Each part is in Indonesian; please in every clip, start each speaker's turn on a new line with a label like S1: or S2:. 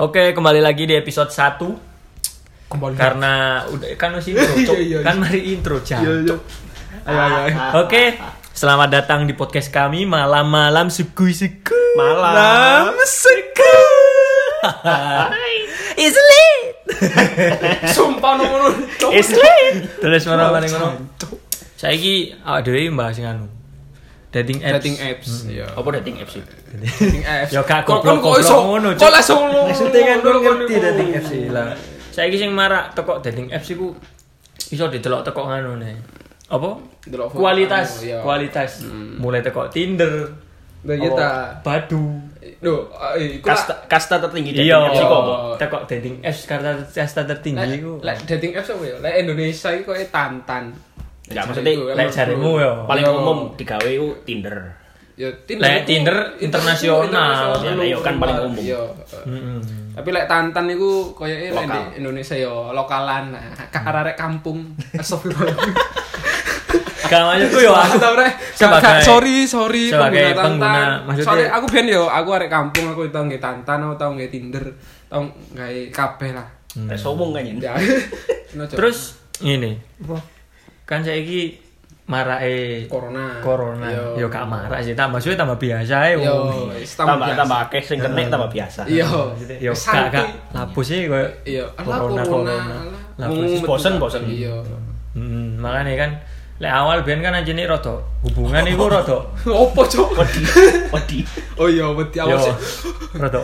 S1: Oke, kembali lagi di episode 1
S2: Kembali.
S1: karena udah kan masih intro,
S2: Iya,
S1: Cok.
S2: iya,
S1: kan
S2: iya.
S1: mari intro, Cak.
S2: Iya, iya. Ayo, ayo, ayo.
S1: Oke, selamat datang di podcast kami malam-malam suku-suku.
S2: Malam
S1: suku. It's late.
S2: Sumpah nomor
S1: It's late. Terus malam maring ngono.
S2: Cok.
S1: Saiki awak dhewe mbahas sing anu. Dating apps.
S2: Dating apps. Iya.
S1: Apa dating apps itu?
S2: Dating apps.
S1: Ya gak
S2: Kok- kok- kok
S1: goblok-goblok
S2: iso-
S1: ngono, Cok.
S2: Kok langsung lu.
S1: Maksudnya kan gue
S2: ngono,
S1: ngerti
S2: ngono.
S1: dating apps sih lah. Saiki sing marak tekok dating apps iku iso didelok tekok ngono nih. Apa?
S2: Delok foto
S1: Kualitas,
S2: anu, iya.
S1: kualitas. Mulai tekok Tinder,
S2: Nah, kita.
S1: apa, Badu,
S2: Duh, eh, iku
S3: kasta,
S2: lah-
S3: kasta tertinggi dari
S1: iya,
S3: apps iku apa?
S1: tekok dating apps kasta kasta tertinggi
S2: Lek-
S1: Iya, iku.
S2: lek dating apps apa ya? Lek Indonesia iki koyo tantan.
S3: Enggak, maksudnya
S2: Iku,
S1: lek
S2: emang
S1: jarimu
S2: bro.
S1: ya.
S3: paling
S2: Yo.
S3: umum digawe iku Tinder.
S2: Ya
S1: Lek
S2: iku-
S1: Tinder internasional.
S2: internasional,
S3: Ya, lah, ya, kan paling umum.
S2: Iya.
S1: Mm-mm.
S2: Tapi lek tantan iku koyoke lek di
S3: Lokal.
S2: Indonesia ya lokalan, nah, ka- arek kampung. Astagfirullah.
S1: Gak maksudku yo aku
S2: aku tau rek
S1: Sebagai-
S2: Gak- gak- sorry sorry
S1: sebagai
S2: pengguna Tantan.
S1: pengguna, maksudnya-
S2: soalnya aku biar yo aku arek kampung aku tau nggak tantan aku tau nggak tinder tau nggak kabeh lah
S1: Hmm.
S3: Nek sombong kan ya.
S2: ya No, Cok.
S1: terus ini. Kan saiki marake
S2: corona Iya.
S1: corona. Yo gak marak sih, tambah suwe tambah biasa ae.
S2: yo
S1: wong.
S2: wis tambah
S3: Tambah
S2: biasa.
S3: tambah akeh sing kenek tambah biasa.
S2: iya
S1: Yo
S2: Wis
S1: gak gak
S2: santuy.
S1: lapu sih koyo
S2: iya ala
S1: corona
S2: corona
S1: corona.
S2: alah.
S1: Lapu
S2: Mung
S1: sih.
S3: Wis bosen,
S2: metu-
S3: bosen.
S2: iya
S1: Hmm, makanya kan lek awal biyen kan anjene rada hubungan iku rada
S2: opo cok
S3: Wedi, wedi.
S2: oh iya wedi
S1: yo
S2: awal sih
S1: rada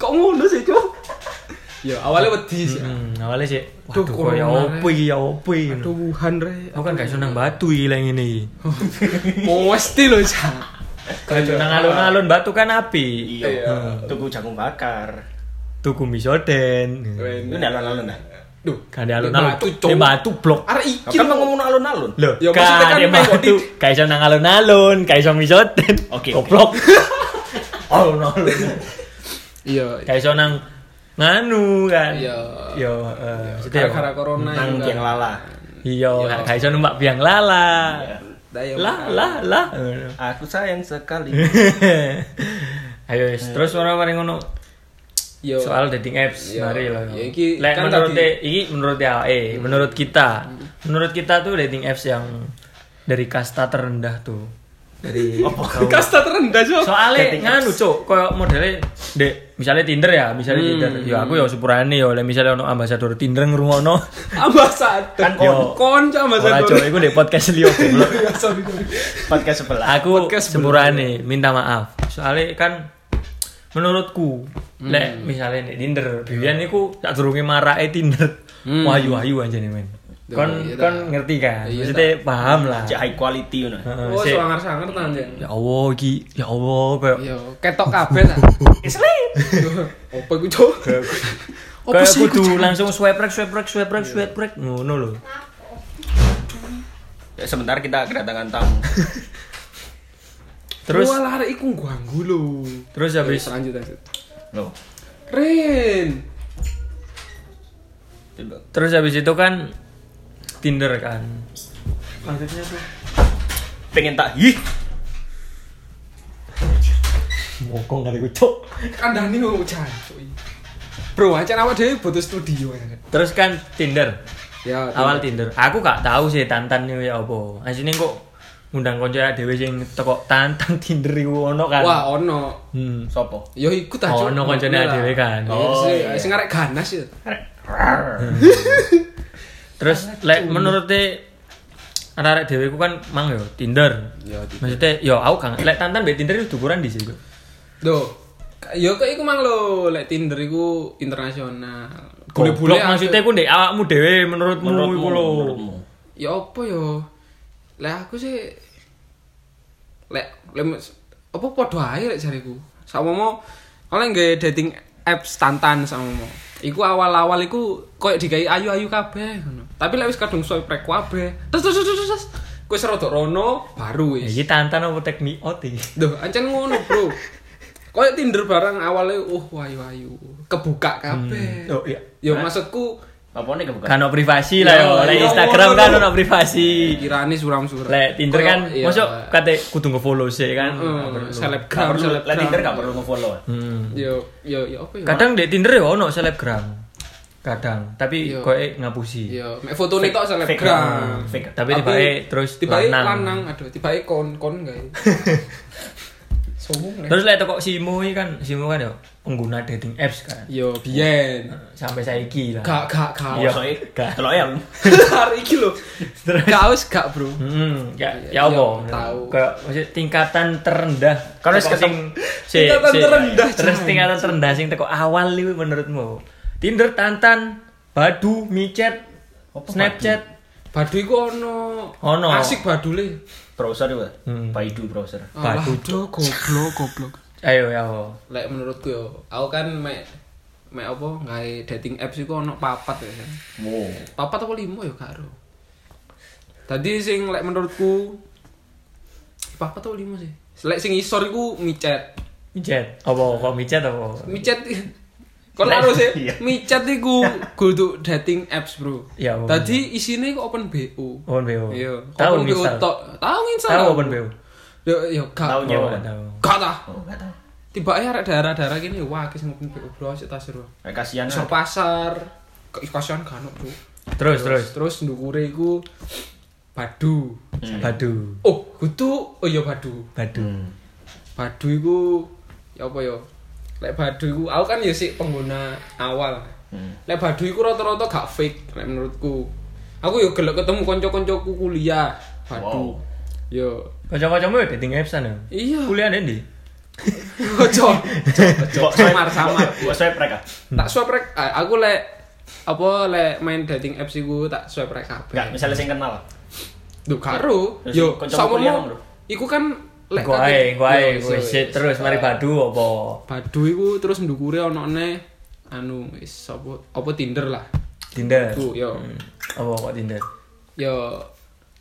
S2: kok ngono sih cok ya awalnya wedi sih
S1: hmm, awalnya sih
S2: Aduh,
S1: waduh koyo
S2: corona,
S1: opo iki ya opo iki
S2: aduh Oh, wuhan rek
S1: Aku kan gak senang batu iki lek ngene iki.
S2: mau Oh, mesti lho cak
S1: Gak senang alun-alun batu kan api.
S2: Iya.
S3: Iya. Tuku jagung bakar.
S1: Tuku misoden.
S3: Itu ndak alun-alun dah.
S2: Duh,
S1: Gak ada alun-alun.
S2: Batu,
S1: Eh,
S2: cowok.
S1: batu blok.
S2: Arek
S3: Nah,
S2: iki
S3: Kan
S2: lho.
S3: mau ngomong alun-alun.
S1: Loh,
S2: Ya, maksudnya
S1: kan
S2: kan
S1: ada
S2: nang
S1: batu.
S2: di-
S1: Gak iso nang alun-alun, gak iso misoden.
S3: Oke, oke.
S1: Goblok. Alun-alun.
S2: Iya.
S1: Gak iso nang nganu kan.
S2: Iya.
S1: Yo, eh, maksudnya yo.
S2: Gara-gara corona
S3: Nang
S2: juga.
S3: yang lala.
S1: Iya, gak- gak iso numpak biang lala.
S2: Dah, ya,
S1: Lah,
S2: maaf.
S1: lah, lah.
S3: Aku sayang sekali.
S1: Ayo, wis. terus ora mari ngono.
S2: Yo.
S1: soal dating apps
S2: Iya.
S1: mari lah
S2: Ya, iki
S1: Lek
S2: kan
S1: menurut
S2: tadi-
S1: e-
S2: Mm-hmm.
S1: iki menurut ya eh menurut kita menurut kita tuh dating apps yang dari kasta terendah tuh dari
S2: kasta terendah, Cok.
S1: soalnya
S3: Dating
S1: nganu cok koyo modelnya dek misalnya Tinder ya misalnya
S2: Mm-hmm.
S1: Tinder ya aku ya supurane ya oleh misalnya ono ambasador Tinder ngrungokno
S2: Ambasador.
S3: Kan
S1: Yo.
S2: Konco
S1: ora
S2: ambasador.
S1: cok iku di podcast liyo goblok.
S3: Podcast sebelah.
S1: aku
S2: Podcast
S1: sepurane minta maaf soalnya kan menurutku
S2: Hmm.
S1: lek misalnya nek Tinder
S2: Iya.
S1: biyen iku tak durunge marake Tinder wah ayu-ayu aja nih men kon
S2: Hmm. iya
S1: kon
S2: ta.
S1: ngerti kan
S2: Iya
S1: maksudnya paham lah
S3: Cek high quality ngono.
S1: Heeh,
S2: Oh,
S1: sik,
S2: sangar-sangar tenan, Cok.
S1: ya Allah iki ya Allah kayak
S2: Yo, ketok kabeh ta. Yo, Opo iku, Cok? Opo
S1: kayak
S2: sih Iya. iku,
S1: kudu
S2: Cok?
S1: langsung swipe right swipe right swipe right swipe right ngono lho
S3: Ya, Sebentar kita kedatangan tamu.
S1: terus
S2: Walah, arek iku ganggu lho.
S1: terus habis
S2: Yo, lanjut, lanjut.
S3: Loh.
S2: Ren.
S1: terus habis itu kan Tinder kan maksudnya tuh
S3: Pengen tak ih.
S1: bokong kali gue cok
S2: Kandhani kok jancuk. Bro, ancen awak dhewe butuh studio. ya.
S1: terus kan Tinder
S2: Ya,
S1: awal Tinder. Aku gak tahu sih tantan ini ya apa. Asine kok ngundang konco ya dhewe sing teko tantan Tinder iku ono kan.
S2: Wah, ono.
S1: Hmm.
S3: Sopo?
S2: Yo iku ta
S1: Oh, ono koncone dhewe kan.
S2: Oh,
S3: Oh,
S2: sing
S3: iya.
S2: sing arek ganas ya.
S1: Terus lek menurute arek-arek dhewe ku kan mang yo Tinder.
S2: Yo. di-
S1: Maksudnya yo aku kan lek tantan mbek Tinder itu ukuran di situ.
S2: Loh. Yo kok iku mang lo lek Tinder iku internasional.
S1: Goblok
S2: aku-
S1: maksudnya ku ndek awakmu dhewe menurutmu iku lho.
S3: menurutmu.
S2: Ya apa yo? Lek aku sih lek lek mes- apa padha ae lek jariku. Sakmomo oleh nggak dating apps tantan sakmomo. Iku awal-awal iku koyo digawe ayu-ayu kabeh ngono. Tapi lek wis kadung swipe rek kabeh. Terus terus terus terus. Kowe serodok rono baru wis.
S1: Ya Iki tantan apa teknik out iki?
S2: Duh, ancen ngono, Bro. Kayak Tinder barang awalnya uh wayu-wayu, kebuka kabeh.
S1: Oh iya.
S2: Yo maksudku
S3: Apa nih kebuka?
S1: Kan ono privasi lah yo.
S2: Yo,
S1: Lek
S2: yo,
S1: Instagram
S2: yo,
S1: kan
S2: yo.
S1: ono privasi.
S2: Kirani suram-suram.
S1: Lek Tinder kan
S2: Kalau- iya.
S1: masuk kate kudu nge-follow sih kan. Nggak
S2: Heeh,
S1: perlu.
S3: Gak
S2: selebgram,
S3: perlu, lah
S2: selebgram.
S3: Tinder gak perlu nge-follow lah.
S1: Hmm.
S2: Yo, yo, yo apa ya?
S1: Kadang di Tinder ya ono selebgram. Kadang, tapi
S2: Yo.
S1: kowe ngapusi. Ah,
S2: yo, mek fotone tok
S3: Fake
S2: selebgram.
S3: Fake
S1: Tapi tiba-tiba terus
S2: tiba
S1: lanang.
S2: Hmm. lanang, aduh, tiba kon-kon gak. Sombong eh. lek.
S1: Terus lek toko Simu iki kan, Simu kan yo pengguna dating apps kan.
S2: Yo, biyen.
S1: Sampai saiki lah.
S2: Gak, gak, gak.
S1: Iya.
S3: Soalnya
S1: Gak.
S3: Telok yang
S2: Hari iki lho. Gak wis gak, Bro.
S1: Hmm, ya,
S2: Iya,
S1: ya apa?
S2: iya, tahu.
S1: Kayak maksud tingkatan terendah.
S3: Karena
S1: Teko
S3: seketem-
S1: sing-
S2: Tingkatan
S1: sing-
S2: terendah,
S1: Terus
S2: Jan.
S1: tingkatan terendah sing teko awal iki menurutmu. Tinder, Tantan, Badu, Micet, Snapchat.
S2: Badu iku ono.
S1: Ono.
S2: Asik badule.
S3: browser juga.
S1: Hmm.
S3: Baidu browser.
S2: Alah,
S1: Badu.
S2: aduh, goblok, goblok.
S1: Ayo ya apa?
S2: Lek menurutku yo, aku kan mek mek apa gawe dating apps iku ono papat ya. kan.
S3: Wow.
S2: Papat apa limo yo karo. Tadi sing lek menurutku papat apa limo sih? Lek sing isor iku micet.
S1: Micet. Apa kok Micet apa?
S2: Micet Kon harus sih,
S3: Iya.
S2: micet iku kudu dating apps, Bro.
S1: Ya, apa?
S2: Tadi isine iku open BO.
S1: Open BO.
S2: Iya,
S1: Oh, Tahu
S2: open BO
S1: misal.
S2: tok. Tahu install.
S1: Tahu open BO.
S2: Yo yo gak.
S3: Tahu nyewa.
S1: Oh, tahu.
S2: Gak tah.
S3: Oh, gak tahu.
S2: Tiba-tiba arek daerah-daerah gini wah kes open BO bro sik tasir. bro.
S3: Eh, kasihan
S2: Isor
S3: lah.
S2: pasar, ke kasihan kan bro.
S1: Terus terus.
S2: Terus ndukure iku padu.
S1: Badu.
S2: Oh, kudu oh iya padu.
S1: Badu.
S2: Badu iku ya apa ya? Lek badu iku aku kan ya sik pengguna awal.
S3: Hmm.
S2: Lek badu iku rata-rata gak fake lek menurutku. Aku ya gelek ketemu kanca-kancaku kuliah badu.
S3: Wow.
S2: Yo.
S1: Kocok-kocokmu ya dating apps-an ya?
S2: Iya.
S1: Kuliah ndi?
S2: Ojo. Ojo
S3: Mbok swipe-
S2: samar-samar.
S3: Mbok swipe mereka.
S2: Tak swipe rek ah, aku lek apa lek main dating apps iku tak swipe rek kabeh.
S3: Enggak, misalnya sing kenal.
S2: Duh karo.
S3: Terus
S2: Yo,
S3: kancamu
S2: sama
S3: kuliah, Bro.
S2: Iku kan
S1: Gue ae, gue ae, gue shit terus mari badu apa?
S2: Badu iku terus ndukure ono ne anu wis apa apa Tinder lah.
S1: Tinder.
S2: Ku yo.
S1: Hmm. Apa kok Tinder?
S2: Yo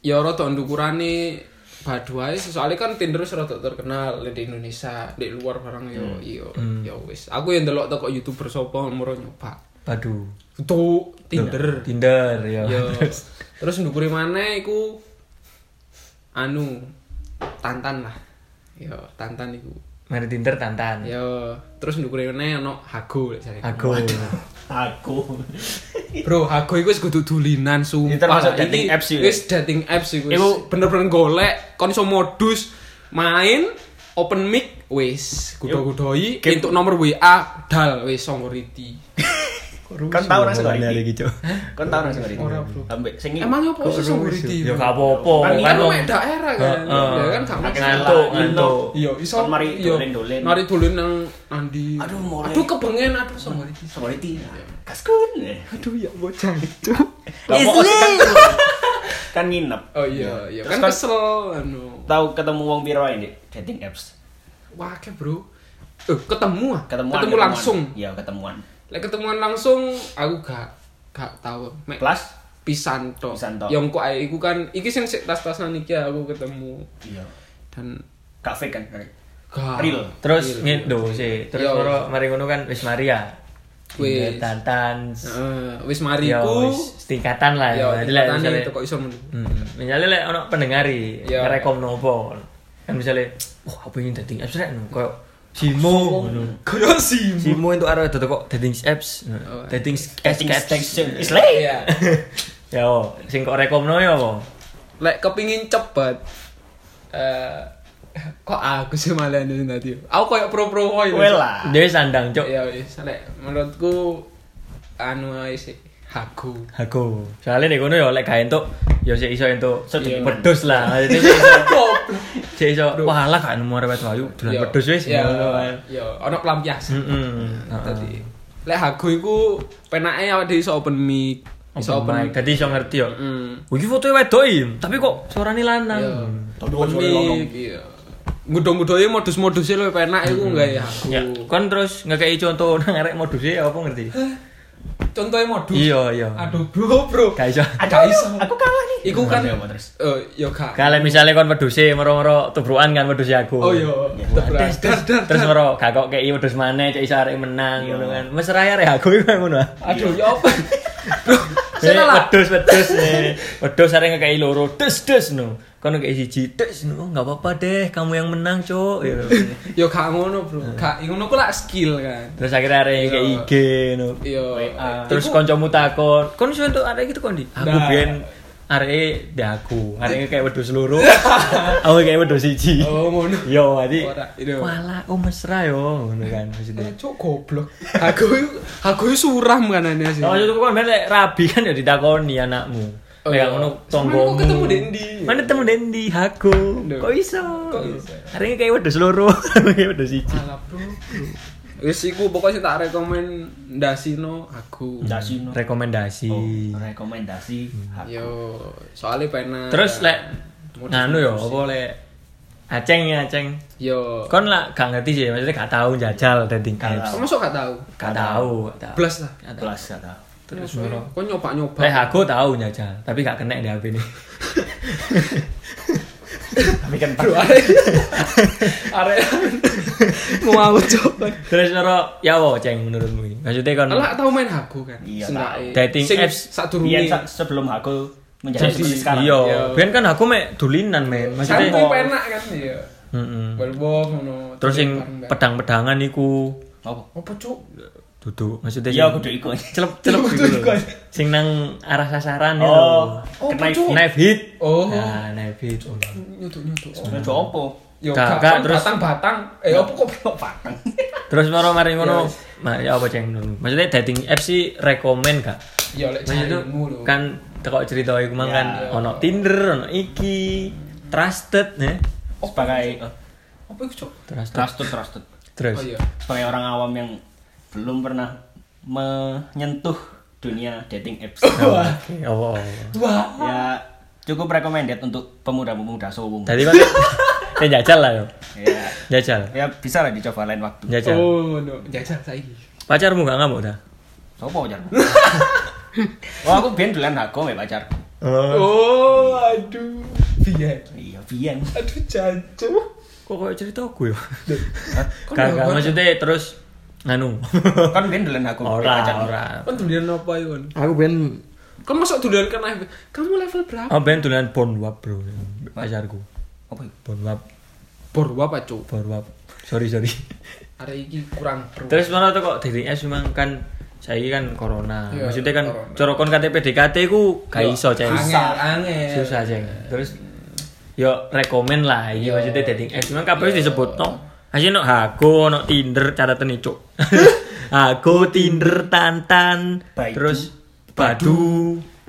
S2: yo rada ndukurane Badu ae soalnya kan Tinder wis rada terkenal di Indonesia, di luar barang yo yo yo wis. Aku yang delok toko YouTuber sapa moro nyoba.
S1: Badu.
S2: Itu Tinder.
S1: Tinder ya.
S2: Yo. Terus ndukure maneh iku anu Tantan lah. Yo, Tantan iku.
S1: Mari Tinder tantan.
S2: Yo, terus ndukure maneh ono Hago lek jare.
S1: Aku.
S3: Aku.
S2: Bro, Hago iku wis kudu dulinan sumpah.
S3: Ini termasuk
S2: Iki
S3: dating apps ya?
S2: Wis dating apps iku. wis.
S3: Iku
S2: bener-bener golek kon iso modus main open mic wis kudo-kudoi
S3: Game-
S2: untuk nomor WA dal wis songoriti.
S3: Kan tahu nang segori.
S1: iki, Cok.
S3: Kan tahu nang segori.
S2: Ora, Bro.
S3: Ambek sing iki.
S2: Emang opo sih songoriti?
S1: Ya gak apa-apa.
S2: Kan
S1: Kan
S2: kan
S1: wong
S2: mek daerah kan.
S1: Heeh.
S2: Ya kan gak masalah.
S1: ngantuk,
S3: Ngantuk.
S1: ngantuk.
S2: Iya, iso.
S3: Kon Kan mari
S2: iya.
S3: dolen-dolen.
S2: Mari dolen nang Andi.
S3: Aduh, mulai.
S2: Aduh kebengen aduh songoriti.
S3: Segori ti. Kaskun.
S2: Aduh ya bocah itu.
S3: Lah, pokok kan- Kan nginep.
S2: Oh iya, iya
S3: Terus
S2: kan
S3: kan-
S2: kesel anu.
S3: Tahu ketemu wong piro ae, Dik? Dating apps.
S2: Wah, ke bro. Eh, ketemu ah.
S3: Ketemuan,
S2: ketemu
S3: ketemuan.
S2: langsung.
S3: Iya, ketemuan.
S2: Lek ketemuan langsung aku gak gak tahu. Mek
S3: Plus
S2: pisan tok.
S3: Pisan tok.
S2: Yang kok ae iku kan iki sing sik tas-tasan iki ya, aku ketemu
S3: iya.
S2: dan
S3: Gak fake kan?
S2: gak
S3: Real.
S1: Terus
S2: Real.
S1: ngindo sih. Terus
S2: Iya. Yo.
S1: loro mari ngono kan wis Maria.
S2: Wis.
S1: tantan.
S2: Heeh, wis
S1: Ya
S2: mariku.
S1: wis tingkatan lah.
S2: Ya,
S1: Berarti lah
S2: katane
S1: misalnya-
S2: itu kok iso men.
S1: Hmm, misalnya lek ono pendengari
S2: Yo.
S1: ngerekom nopo. Kan misalnya, wah aku ingin dating apps rek koyo Simo ngono.
S2: Kaya sih.
S1: Simo itu arah itu kok dating apps,
S2: Oh.
S1: dating apps,
S3: Dating
S1: apps.
S3: station is late.
S2: Iya.
S1: Ya, oh, sing kok rekomno ya apa?
S2: Lek kepingin cepet eh kok aku sih malah anu tadi. Aku koyo pro-pro koyo.
S3: Well lah.
S1: Dia sandang, Cok.
S2: Ya wis, lek menurutku anu ae sih hago.
S1: Aku. Soalnya nek ngono ya lek gak entuk ya sik iso entuk
S3: Sedikit.
S1: pedus lah. Jadi sik iso- sik iso
S2: Aduh.
S1: wah lah gak nemu arep wayu dolan pedus wis
S2: ya.
S1: ngono Hmm. Ah. kan.
S2: Ya, ana pelampiasan
S1: Heeh.
S2: tadi. Lek hago iku penake awake dhewe iso open mic, iso
S1: Iso
S2: open
S1: mic. Dadi iso ngerti yo.
S2: Mm.
S1: Wih, fotonya wedok im, tapi kok suaranya lanang.
S2: Iya.
S3: Tau
S2: Open
S3: suara lorong.
S2: mic. Iya. Ngudung-ngudunge modus-moduse luwih penak iku gawe hago.
S1: Ya, kan terus nggak kayak contoh nang arek modusnya apa ngerti?
S2: Contohe modus.
S1: Iya, iya.
S2: Aduh, bro, bro.
S1: Gak iso.
S2: Gak iso.
S3: Aku kalah nih.
S2: Iku kan
S3: Apa terus?
S2: eh ya gak.
S1: Kalau misalnya kon wedhuse moro-moro tubrukan kan wedhuse aku.
S2: Oh iya.
S1: Terus terus terus moro gak
S2: Iya.
S1: kok kayak wedhus maneh cek iso arek menang ngono kan. Mesra ya arek aku iku ngono.
S2: Aduh, ya apa? Saya lah.
S1: wedus wedus eh. wedus sering ngekei loro des des no kono ngekei siji des no Oh, nggak apa-apa deh kamu yang menang cok gitu.
S2: Yo gak ngono, Bro. Gak ngono ku lak skill kan.
S1: terus akhirnya ada yang kayak IG no
S2: Yo.
S1: terus koncomu takon kon suwe entuk arek iki kon di aku
S2: Ah, Nah.
S1: biyen arek di aku arek kayak wedhus loro aku kayak wedhus siji
S2: Oh, ngono.
S1: yo ati
S2: Ora, iya.
S1: wala oh mesra yo ngono kan maksudnya
S2: Cok Eh, goblok. Aku aku suram kan aneh sih.
S1: Oh, itu kan ben lek rabi kan ya ditakoni anakmu.
S2: Oh,
S1: Lek
S2: iya.
S1: ngono
S2: Cuman
S1: tonggomu.
S2: kok ketemu Dendi?
S1: Mana ketemu Dendi? Aku.
S2: Duh.
S1: Kok iso?
S2: Kok iso?
S1: Hari ini kayak wedhus loro, kayak wedhus siji.
S2: Alah, Bro. Wis iku pokoknya sing tak rekomendasino aku.
S3: Dasino.
S1: Rekomendasi.
S3: Oh, rekomendasi. Hak.
S2: Yo, soalnya pengen.
S1: Terus lek nganu yo apa lek Aceng ya Aceng.
S2: Yo.
S1: Kon lah gak ngerti sih, maksudnya gak tahu jajal dating
S3: Gak
S1: apps.
S2: Kamu sok gak tahu.
S1: Gak tahu, gak tahu.
S2: Blas lah.
S1: Gak tahu.
S3: Kelas gak tau.
S1: Terus
S2: Yo,
S1: loro.
S2: Kok nyoba-nyoba.
S1: Lek aku tahu jajal, tapi gak kena di HP ini.
S3: Tapi kan
S2: Bro, arek. arek. Mau aku coba.
S1: Terus loro, ya wo Ceng menurutmu? ini? Maksudnya kon
S2: Lah tau main aku kan.
S3: Iya,
S2: Seenggaknya.
S3: tahu.
S1: Dating
S2: Sing
S1: apps. Iya,
S3: Biyen
S2: sadurunge.
S3: sa- sebelum aku menjadi
S1: Jadi
S3: seperti sekarang. Iya.
S1: iya,
S2: Iya.
S1: biyen kan aku mek dulinan men,
S2: Sekarang
S1: maksudnya.
S2: tuh penak kan ya.
S1: Mm-mm.
S2: Balbok ngono.
S1: Terus sing
S3: Iya,
S2: Bareng-bareng.
S1: pedang-pedangan iku
S3: Apa?
S2: Apa cuk?
S1: duduk maksudnya
S3: Iya,
S1: sing-
S3: aku udah ikut.
S1: celep-celep
S2: Duduk
S1: gitu. loh.
S2: kan.
S1: Sing nang arah sasaran ya
S3: Oh,
S1: loh.
S2: Oh,
S3: kena
S2: pecuk.
S1: Knife hit.
S2: Oh.
S1: Nah, knife hit.
S2: Nyutuk-nyutuk.
S3: Ojo opo?
S2: Yo
S1: Gak,
S2: gak
S1: gak,
S2: kan
S1: terus-
S2: batang-batang. Eh apa kok
S3: Kok patang.
S1: Terus maro mari ngono.
S2: Yes.
S1: Ma- Ya apa ceng dulu. Maksudnya dating apps sih rekomen gak?
S2: ya lek
S1: Maksudnya
S2: jarinmu lho.
S1: kan tekok cerita iku mang
S3: Ya.
S1: kan ono Tinder, ono iki, trusted ya.
S3: Sebagai eh,
S2: Apa iku cuk?
S1: Trusted.
S3: trusted trusted.
S1: Terus.
S2: Oh iya.
S3: Sebagai orang awam yang belum pernah menyentuh dunia dating apps.
S1: Oke, oh, oh, oh.
S2: Wah.
S3: ya cukup recommended untuk pemuda-pemuda Solo.
S1: Tadi kan ya jajal lah yo.
S3: Ya,
S1: Jajal.
S3: ya bisa lah dicoba lain waktu.
S1: Jajal.
S2: Oh, no. Jajal saiki.
S1: Pacarmu gak ngamuk dah?
S3: Sopo pacarmu? Wah, aku biyen dolan aku mbek pacarku.
S2: Oh, aduh. Biar.
S3: Iya, biyen.
S2: Aduh, jancuk.
S1: Kok kayak cerita aku ya?
S3: Hah?
S1: Kagak maksudnya terus nganu.
S3: Kan biyen dolan aku mbek
S1: ora,
S3: pacarmu.
S1: ora.
S2: Kan dulian apa iku? Kon?
S1: Aku ben
S2: Kon masuk dulian kan FB. Kamu level berapa?
S1: Oh, ben dolan bonwap, Bro. Pacarku.
S3: Apa itu?
S1: Bonwap,
S2: Bor apa, Cuk?
S1: bonwap. Sorry, sorry.
S2: Arek iki kurang pro.
S1: terus malah tuh kok dating apps memang kan saya kan corona.
S2: Iya,
S1: maksudnya kan
S2: corona.
S1: corokon KTP DKT ku gak iso ceng.
S2: Angel, angel.
S1: susah ceng terus yo rekomen lah iya maksudnya dating apps memang kabeh disebut no aja no aku no tinder cara tenicuk aku tinder tantan
S3: Baidu.
S1: terus badu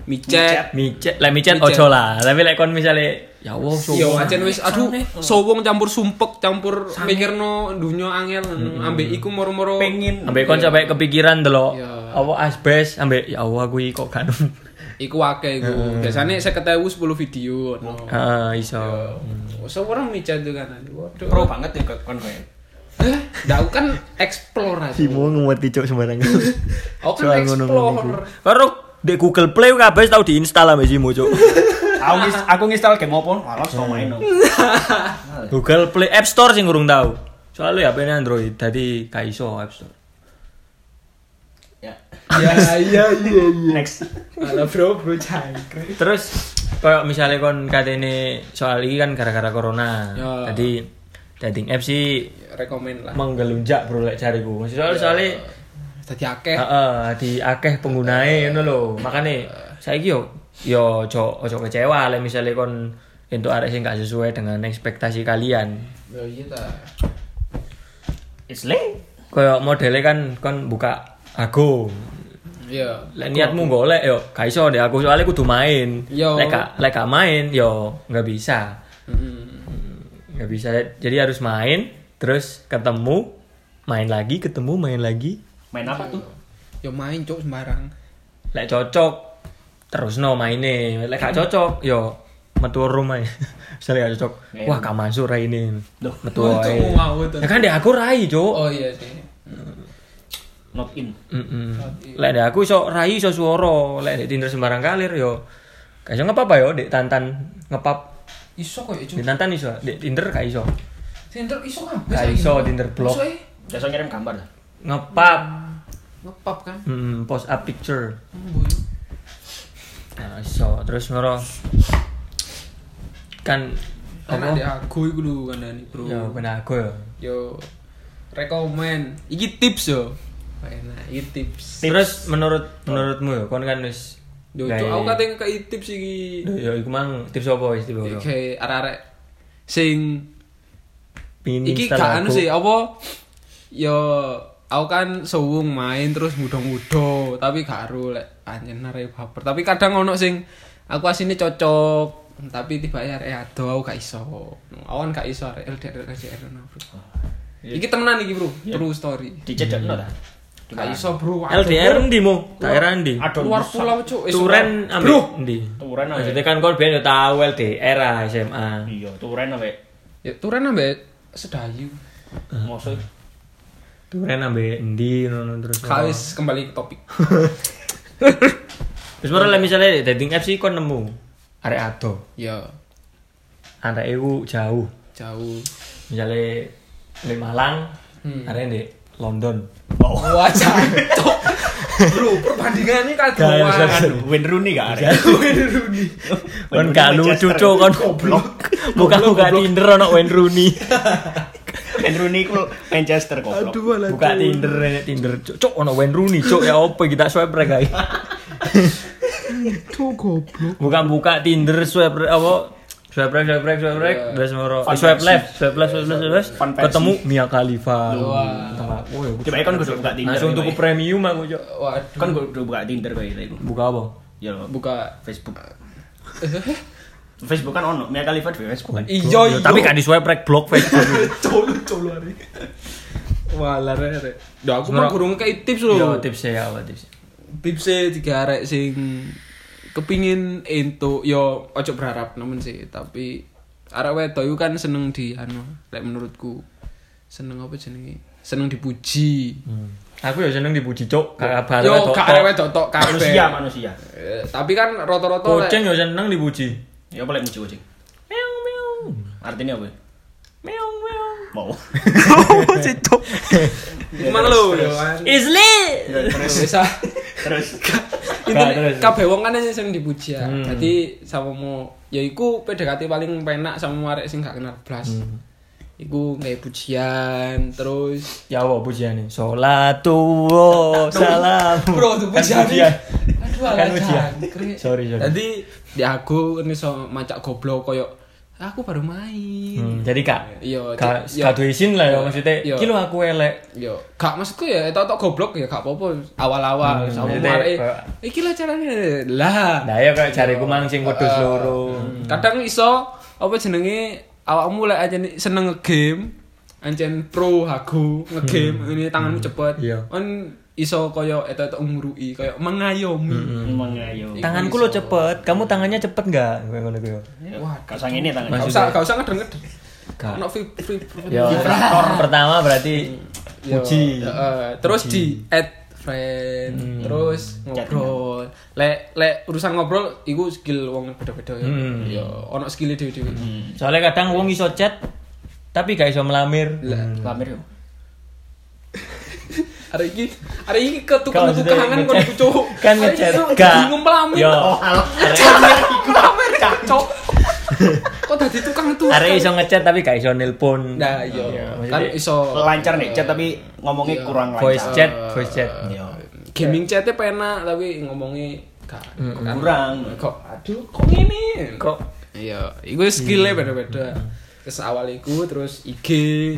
S2: Micet.
S1: micet lah micet
S2: Micet.
S1: ojo lah tapi lek kon misale ya Allah
S2: Yo
S1: sopo.
S2: Iya, acen wis aduh sowong campur sumpek campur mikirno dunya angel ambek iku moro-moro
S3: Pengen
S1: ambek kon sampai kepikiran delok
S2: Iya.
S1: apa asbes ambek ya Allah kuwi kok kan
S2: iku akeh iku. Biasane 50.000 10 video. ngono.
S1: heeh Ah, iso
S2: Oh, seorang micet juga kan. Waduh.
S3: pro banget ya kon kowe.
S2: Eh, dah aku kan explore aja.
S1: ngewati cok sembarang
S2: Aku kan explore.
S1: karo di Google Play kabeh tau diinstal ambek Simo cok
S3: Aku ngis aku nginstal game opo? Malah sok main. no.
S1: Google Play App Store sing urung tahu. Soalnya HP ini Android, jadi gak iso App Store.
S3: Ya.
S2: Ya iya iya iya.
S3: Next.
S2: Ala bro bro cangkrek.
S1: Terus kayak misalnya kon katene soal ini kan gara-gara corona.
S2: Ya.
S1: Jadi dating app sih
S2: Rekomen lah.
S1: menggelunjak bro lek jariku. Soalnya soalnya
S2: Tadi akeh.
S1: heeh di akeh penggunae ngono lho. Makane saiki yo yo ojo ojo kecewa lek misalnya kon untuk arek sing gak sesuai dengan ekspektasi kalian.
S2: Ya iya ta.
S3: It's late.
S1: Kayak modelnya kan kon buka aku
S2: Iya.
S1: Lek niatmu golek yo gak iso deh aku soalnya kudu main.
S2: Yo.
S1: Lek gak lek gak main yo nggak bisa.
S2: Mm-hmm.
S1: Nggak bisa. Jadi harus main terus ketemu main lagi ketemu main lagi.
S3: Main apa tuh?
S2: Yo main cok sembarang.
S1: Lek cocok terus no maine. Lek gak cocok yo metu rumah. Misalnya gak cocok.
S3: Main.
S1: Wah, gak masuk rai ini.
S3: Loh,
S1: Metu
S2: oh, cok,
S1: wae.
S2: mau wae tuh.
S1: Ya kan deh aku rai, Cuk.
S2: Oh iya sih.
S3: Not in.
S1: Mm-mm. Lek dek aku iso rai iso swara, lek dek Tinder sembarang kalir yo. Gak iso ngepap yo, dek tantan ngepap
S2: Iso kok ya cok.
S1: Di Tantan iso, di Tinder gak iso.
S2: Tinder iso kan?
S1: Gak iso, Tinder block.
S2: Iso eh.
S3: Besok ngirim gambar.
S1: Ngepap,
S2: Ngepap kan.
S1: mm, post a picture. Nah,
S2: Hmm, boy.
S1: iso. Terus moro kan
S2: Karena di
S1: apa?
S2: aku iku lho kandani, Bro.
S1: Ya benar aku ya.
S2: Yo rekomen. Iki tips yo. Enak, iki tips.
S1: Terus menurut menurutmu ya, kon kan wis
S2: Yo, cuk, aku
S1: iya.
S2: katanya kayak tips iki.
S1: Duh, Ya iku mang tips apa wis tiba
S2: Iki kayak arek-arek sing
S1: Pingin
S2: iki
S1: install
S2: gak anu
S1: aku.
S2: sih apa yo aku kan sewung main terus mudong-mudong tapi gak aru lek anjen arek baper tapi kadang ono sing aku asine cocok tapi tiba ya arek ado aku gak iso awan gak iso arek LDR LDR no, bro iki temenan iki bro true story
S3: Dicedek no ta?
S2: gak iso bro Aduh,
S1: LDR
S2: bro.
S1: ndi mu? Daerah ndi?
S3: Aduh,
S2: luar
S3: rusak.
S2: pulau cuk Eh,
S1: Turen
S2: sumpah. bro
S1: ambek ndi?
S3: Turen ambek-
S1: Maksudnya kan kon biyen ya tau LDR ah, SMA.
S3: Iya, turen apa?
S2: ya turen ambek sedayu
S3: Mosok
S1: Turen ambek ndi ngono terus. moro.
S2: kawis kembali ke topik
S1: Terus moro lah misalnya dating apps sih kon nemu arek ado.
S2: ya
S1: Arek iku jauh.
S2: jauh
S1: Misalnya di Malang,
S2: Hmm.
S1: arek di London.
S2: Wah, cocok. Bro, perbandingannya
S1: Gak usah,
S2: kagoan.
S1: Aduh.
S3: Win Rooney gak arek?
S2: Wayne Rooney. kan.
S1: Kon gak lucu cok kon goblok. Muka buka Tinder ono Wayne Rooney.
S3: Wayne Rooney ku Manchester goblok.
S2: Aduh, alah.
S1: Buka Tinder enek Tinder cok. Cok ono Wayne Rooney cok ya opo kita swipe rek ae.
S2: Itu goblok.
S1: Buka-buka Tinder swipe rek apa swipe rek swipe rek swipe rek terus moro
S3: Iya. Fun
S1: swipe
S3: versi.
S1: left swipe left swipe left swipe left
S3: Fun versi.
S1: ketemu Mia Khalifa.
S2: Wah.
S1: Tambah, woy, aku
S3: Coba kan kudu buka Tinder.
S1: Langsung
S3: coba.
S1: tuku premium aku cok.
S2: Waduh.
S3: Kan kudu buka Tinder kaya itu.
S1: Buka apa?
S3: Ya
S2: Buka.
S3: Facebook. Facebook kan ono, Mia Khalifa di Facebook kan.
S2: Iya,
S1: Yo, Tapi gak di swipe rek blok Facebook.
S2: Colo, colo hari. Wah, lare, lare. Duh, aku mah
S1: Sebenarnya-
S2: kurung kayak tips
S1: Yo
S2: loh.
S1: tipsnya ya apa tipsnya?
S2: Tipsnya tiga arek sing kepingin entuk yo ojo berharap namun sih tapi arek wedok iku kan seneng di anu lek menurutku seneng apa jenenge seneng dipuji
S1: Aku ya seneng dipuji cok. Kabar
S2: yo
S1: Hmm. wedok
S2: gak
S1: tok.
S2: arek wedok tok kabeh
S3: Manusia, manusia.
S2: Eh, tapi kan rata-rata
S1: Kucing
S2: lek-
S1: ya seneng dipuji.
S3: Ya boleh muji kucing.
S1: Meong meong.
S3: Artinya apa?
S1: Meong meong.
S3: Mau.
S2: Gimana lo?
S1: Is lit.
S2: Biasa.
S3: Terus
S1: Gak, terus.
S2: Itu kabeh wong kan sing dipuji ya.
S1: Hmm.
S2: Jadi sama mau ya iku PDKT paling penak sama arek sing gak kenal blas.
S1: Hmm.
S2: Iku kayak pujian terus
S1: Ya Allah pujian nih. Sholatuwo salam.
S2: Bro, itu
S1: Kan
S2: pujian.
S1: pujian.
S2: Aduh
S1: Kan
S2: alah
S1: pujian.
S2: jangkrik.
S1: Sorry, sorry.
S2: Jadi di aku ini so macak goblok koyo aku baru main.
S1: Hmm, jadi kak,
S2: Iya,
S1: kak
S2: iya.
S1: kado izin lah ya maksudnya.
S2: Iya.
S1: Kilo aku elek.
S2: Yo, gak maksudku ya, tok tok goblok ya gak apa-apa
S1: Hmm,
S2: awal-awal sama
S1: jadi
S2: arek.
S1: kayak-
S2: Iki lah caranya. Lah.
S1: Nah ya kayak cari kumang sing kudu
S2: Eh,
S1: seluruh.
S2: hmm. kadang iso apa jenenge awakmu lek ancen seneng nge-game ancen pro hago nge-game ini tanganmu cepet
S1: Hmm. Iya.
S2: on iso koyo eta etok ngurui koyo
S1: Hmm,
S2: mengayomi
S3: mengayo.
S1: Tanganku lo cepet, kamu tangannya cepet nggak? Gue ngono gue.
S2: Wah,
S3: Wah, kasang ini tangan.
S2: gak
S1: Maksudnya-
S2: usah gak usah ngedeng-ngedeng
S1: Gak.
S2: ono free free free-
S1: Ya, pertama berarti
S2: Yo,
S1: puji. Hmm.
S2: heeh. terus di add friend terus ngobrol lek lek urusan ngobrol iku skill wong beda-beda ya
S1: Hmm.
S2: yo ono skillnya dhewe-dhewe
S1: Soalnya kadang wong iso chat tapi gak iso melamir. Hmm.
S2: Lah,
S3: Pamer yo.
S2: Hari ini, hari ini ketukang tukangan kon iku cuk.
S1: Kan ngechat.
S2: Gak.
S1: Gak.
S2: Bingung Oh, pelamin.
S1: Yo.
S2: Pelamin gak cuk. Kok dadi tukang tuh?
S1: Arek iso ngechat tapi gak iso nelpon.
S2: Nah, yo. Kan
S1: Maksudnya
S2: iso
S3: Lancar nih chat tapi ngomongnya kurang
S1: Iya.
S3: lancar.
S1: voice chat, voice chat.
S3: Yo.
S2: eh, gaming chatnya penak tapi ngomongnya gak kan.
S3: Kurang.
S2: Kok aduh kok ngene?
S1: Kok
S2: Iya, iku skillnya beda-beda. Terus awal iku terus IG,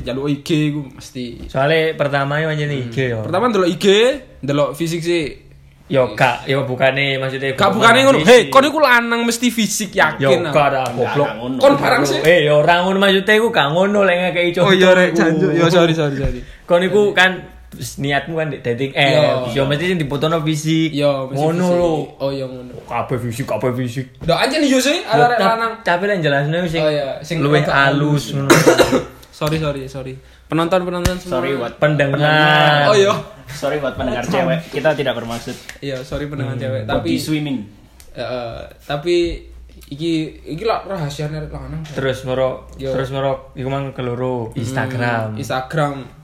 S2: jalur IG iku mesti.
S1: soalnya pertama yo anjene IG yo.
S2: Hmm. Pertama ndelok IG, ndelok fisik sih.
S1: Yo gak, yo bukane maksudnya
S2: Gak bukannya ngono. Hei, kon iku lanang mesti fisik
S1: Iya. yo
S2: yakin. Nah, aku.
S1: gak ada goblok.
S3: Nggak, ngono.
S2: Kon barang sih.
S1: Eh yo ora ngono maksudnya iku gak ngono lek ngekeki
S2: Oh
S1: contoh.
S2: iya,
S1: iku.
S2: sorry sorry sorry.
S1: Kon iku kan niatmu kan di dating eh yo mesti sing dipotono fisik.
S2: Yo, mesti
S1: ngono
S2: fisik.
S1: lho.
S2: Oh, yo ngono.
S1: Kabeh fisik, kabeh fisik.
S2: Ndak aja nih yo sih,
S1: Yo,
S2: arek
S1: tap-
S2: lanang.
S1: Tapi lek jelasno sing
S2: Oh, iya, sing
S1: luwih
S2: agak
S1: halus ngono.
S2: Sorry sorry sorry. Penonton penonton semua.
S3: Sorry buat
S1: Pendengar.
S2: Oh, yo.
S3: Sorry buat pendengar cewek. Kita tidak bermaksud.
S2: Iya, sorry
S1: Hmm,
S2: pendengar cewek,
S3: Tapi
S2: tapi
S3: swimming.
S2: eh, eh, tapi iki iki lah rahasia arek lanang.
S1: Terus moro,
S2: Yo.
S1: Hmm.
S2: Hmm.
S1: terus moro iku mang keloro Instagram.
S2: Instagram.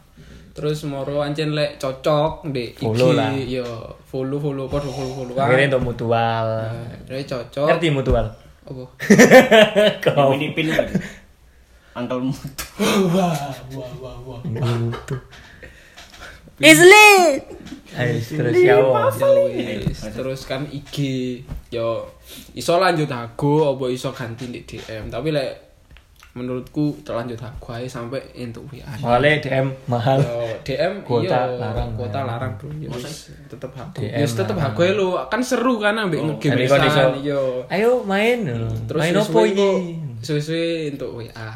S2: terus moro ancen lek cocok di IG
S1: Follow lah.
S2: yo follow follow podo follow follow
S1: Akhirnya untuk mutual.
S2: Terus cocok.
S1: Ngerti mutual?
S2: Apa?
S1: Kau.
S3: Filipin kan. Angkel mutu.
S1: Isli. Ayo terus ya. Wo.
S2: terus kan IG yo iso lanjut aku apa iso ganti di DM tapi lek menurutku terlanjut aku aja sampai untuk WA
S1: Soalnya DM mahal.
S2: Yo, DM
S1: Kuota
S2: iya
S1: larang, ya.
S2: kuota
S1: larang.
S2: larang bro yo wis, tetep aku
S1: DM
S2: yo wis tetep aku aja lo kan seru kan ambek
S1: Jadi
S2: ngegame
S1: kan iso.
S2: pisan yo
S1: Ayo main. lho.
S2: iya. terus
S1: Main
S2: suwe-suwe
S1: opo iki?
S2: kok- suwe-suwe untuk WA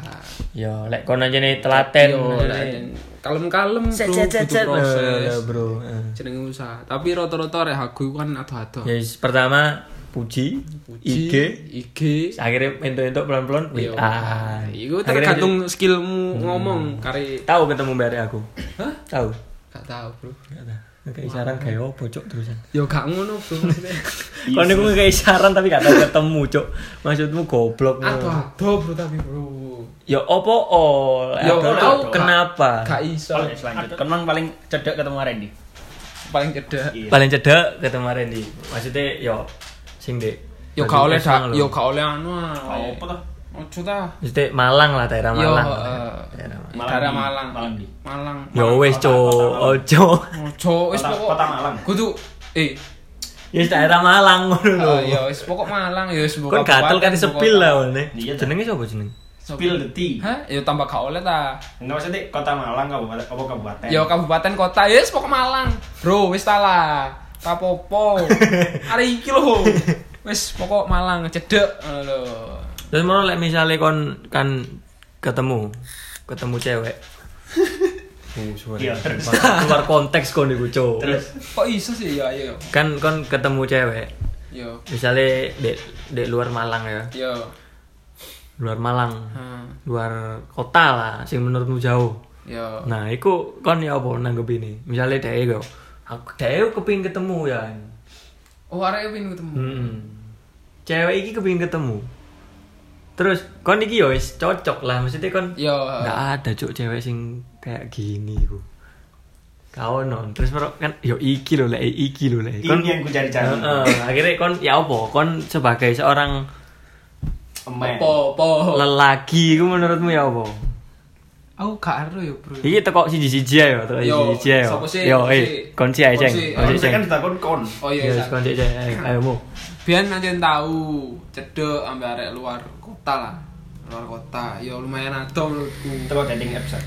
S1: Yo, lek kon aja nih telaten.
S2: yo
S1: aja nih.
S2: dan kalem-kalem bro
S1: Cet, cet, cet,
S2: butuh
S1: cet.
S2: proses
S1: Eh, Bro. eh.
S2: jenenge usaha tapi rata-rata rek aku iku kan ado-ado
S1: Ya yes, pertama puji, IG,
S2: IG
S1: akhirnya entuk-entuk pelan-pelan
S2: Yo.
S1: WA.
S2: Iku
S1: Akhirnya
S2: tergantung skillmu ngomong kari
S1: tahu ketemu bare aku.
S2: Hah?
S1: Tahu.
S2: gak tahu, Bro.
S1: Nggak tahu. Nggak isaran kayak opo cok terusan.
S2: Yo gak ngono, Bro. maksudnya. Iya
S1: Kalau niku nggak isaran tapi gak tahu ketemu cok. Maksudmu goblok. no.
S2: Aduh, aduh, Bro, tapi Bro.
S1: Ya opo ol.
S2: Yo,
S1: Aduh,
S2: tahu,
S1: kenapa?
S2: Gak iso.
S3: Soalnya selanjut. Kenang paling cedek ketemu Randy.
S2: Paling cedak.
S3: Iya.
S1: Paling cedek ketemu Randy. Maksudnya yo sing dek.
S2: Yo Ya gak
S1: Baju
S2: oleh
S1: F1
S2: dak,
S1: lho.
S2: yo gak oleh anu. ah.
S3: Kau apa toh?
S2: Ojo ta.
S1: Maksudnya Malang lah daerah
S2: Yo
S1: Malang.
S2: eh,
S1: Daerah Malang.
S2: daerah
S3: di-
S2: Malang.
S3: Malang di.
S2: Malang.
S1: Yo wes cok, ojo.
S2: Ojo wis
S3: Kota-
S2: pokok
S3: kota Malang.
S2: Kudu eh
S1: Ya daerah Malang ngono lho.
S2: eh, yo wis pokok Malang, yo wis
S1: Kon
S2: pokok.
S1: gatel kan
S2: kabupaten,
S1: sepil
S2: pokok-
S1: lah oleh.
S3: Iya, ta.
S1: Jenenge sapa jeneng?
S3: Spill the tea.
S2: Hah? Yo tambah gak oleh ta.
S3: Enggak maksudnya kota Malang kabupaten apa kabupaten?
S2: Ya kabupaten kota ya yes, pokok Malang. Bro, wis ta lah. Kapopo. Hari iki lho. Wis pokok Malang cedek ngono lho.
S1: Terus mau lek misalnya kon kan ketemu ketemu cewek. Oh, suara.
S3: Iya, terus.
S1: Keluar konteks kon iku, Cuk.
S3: Terus
S2: Kok iso sih ya ayo.
S1: Kan kon ketemu cewek.
S2: Yo.
S1: Misalnya dek dek luar Malang ya.
S2: Yo. Hmm,
S1: Luar Malang.
S2: Ha.
S1: Luar kota lah sing menurutmu jauh.
S2: Yo.
S1: Nah, iku kon ya apa nanggep ini? Misalnya dek yo. Aku dek kepingin ketemu ya.
S2: Oh, arek pin ketemu.
S1: Mm-mm. Cewek iki kepingin ketemu. Terus kon iki yo wis cocok lah maksudnya kon
S2: Yo.
S1: nggak ada cuk cewek sing kayak gini ku kau non terus baru kan yo iki lho lek iki lho lek
S3: ini yang ku cari-cari.
S1: Heeh, akhirnya kon ya opo kon sebagai seorang
S3: Emen.
S2: Opo, opo.
S1: lelaki ku menurutmu ya opo
S2: Aku gak ero yo, Bro.
S1: iki teko siji-siji ae yo teko
S2: Yo,
S1: siji-siji ae yo
S2: sapa sih?
S1: yo
S2: Sapa
S1: eh
S2: sih?
S1: kon si ae
S2: Kon
S1: ceng kon
S2: si.
S1: si
S3: Maksudnya
S1: ceng
S3: kan ditakon kon.
S2: Oh iya,
S1: yo
S2: yes,
S1: kon si ceng ayo mu
S2: biar aja tahu cedek ambil arek luar kota lah luar kota yo lumayan ada menurutku
S3: Coba dating apps. ah.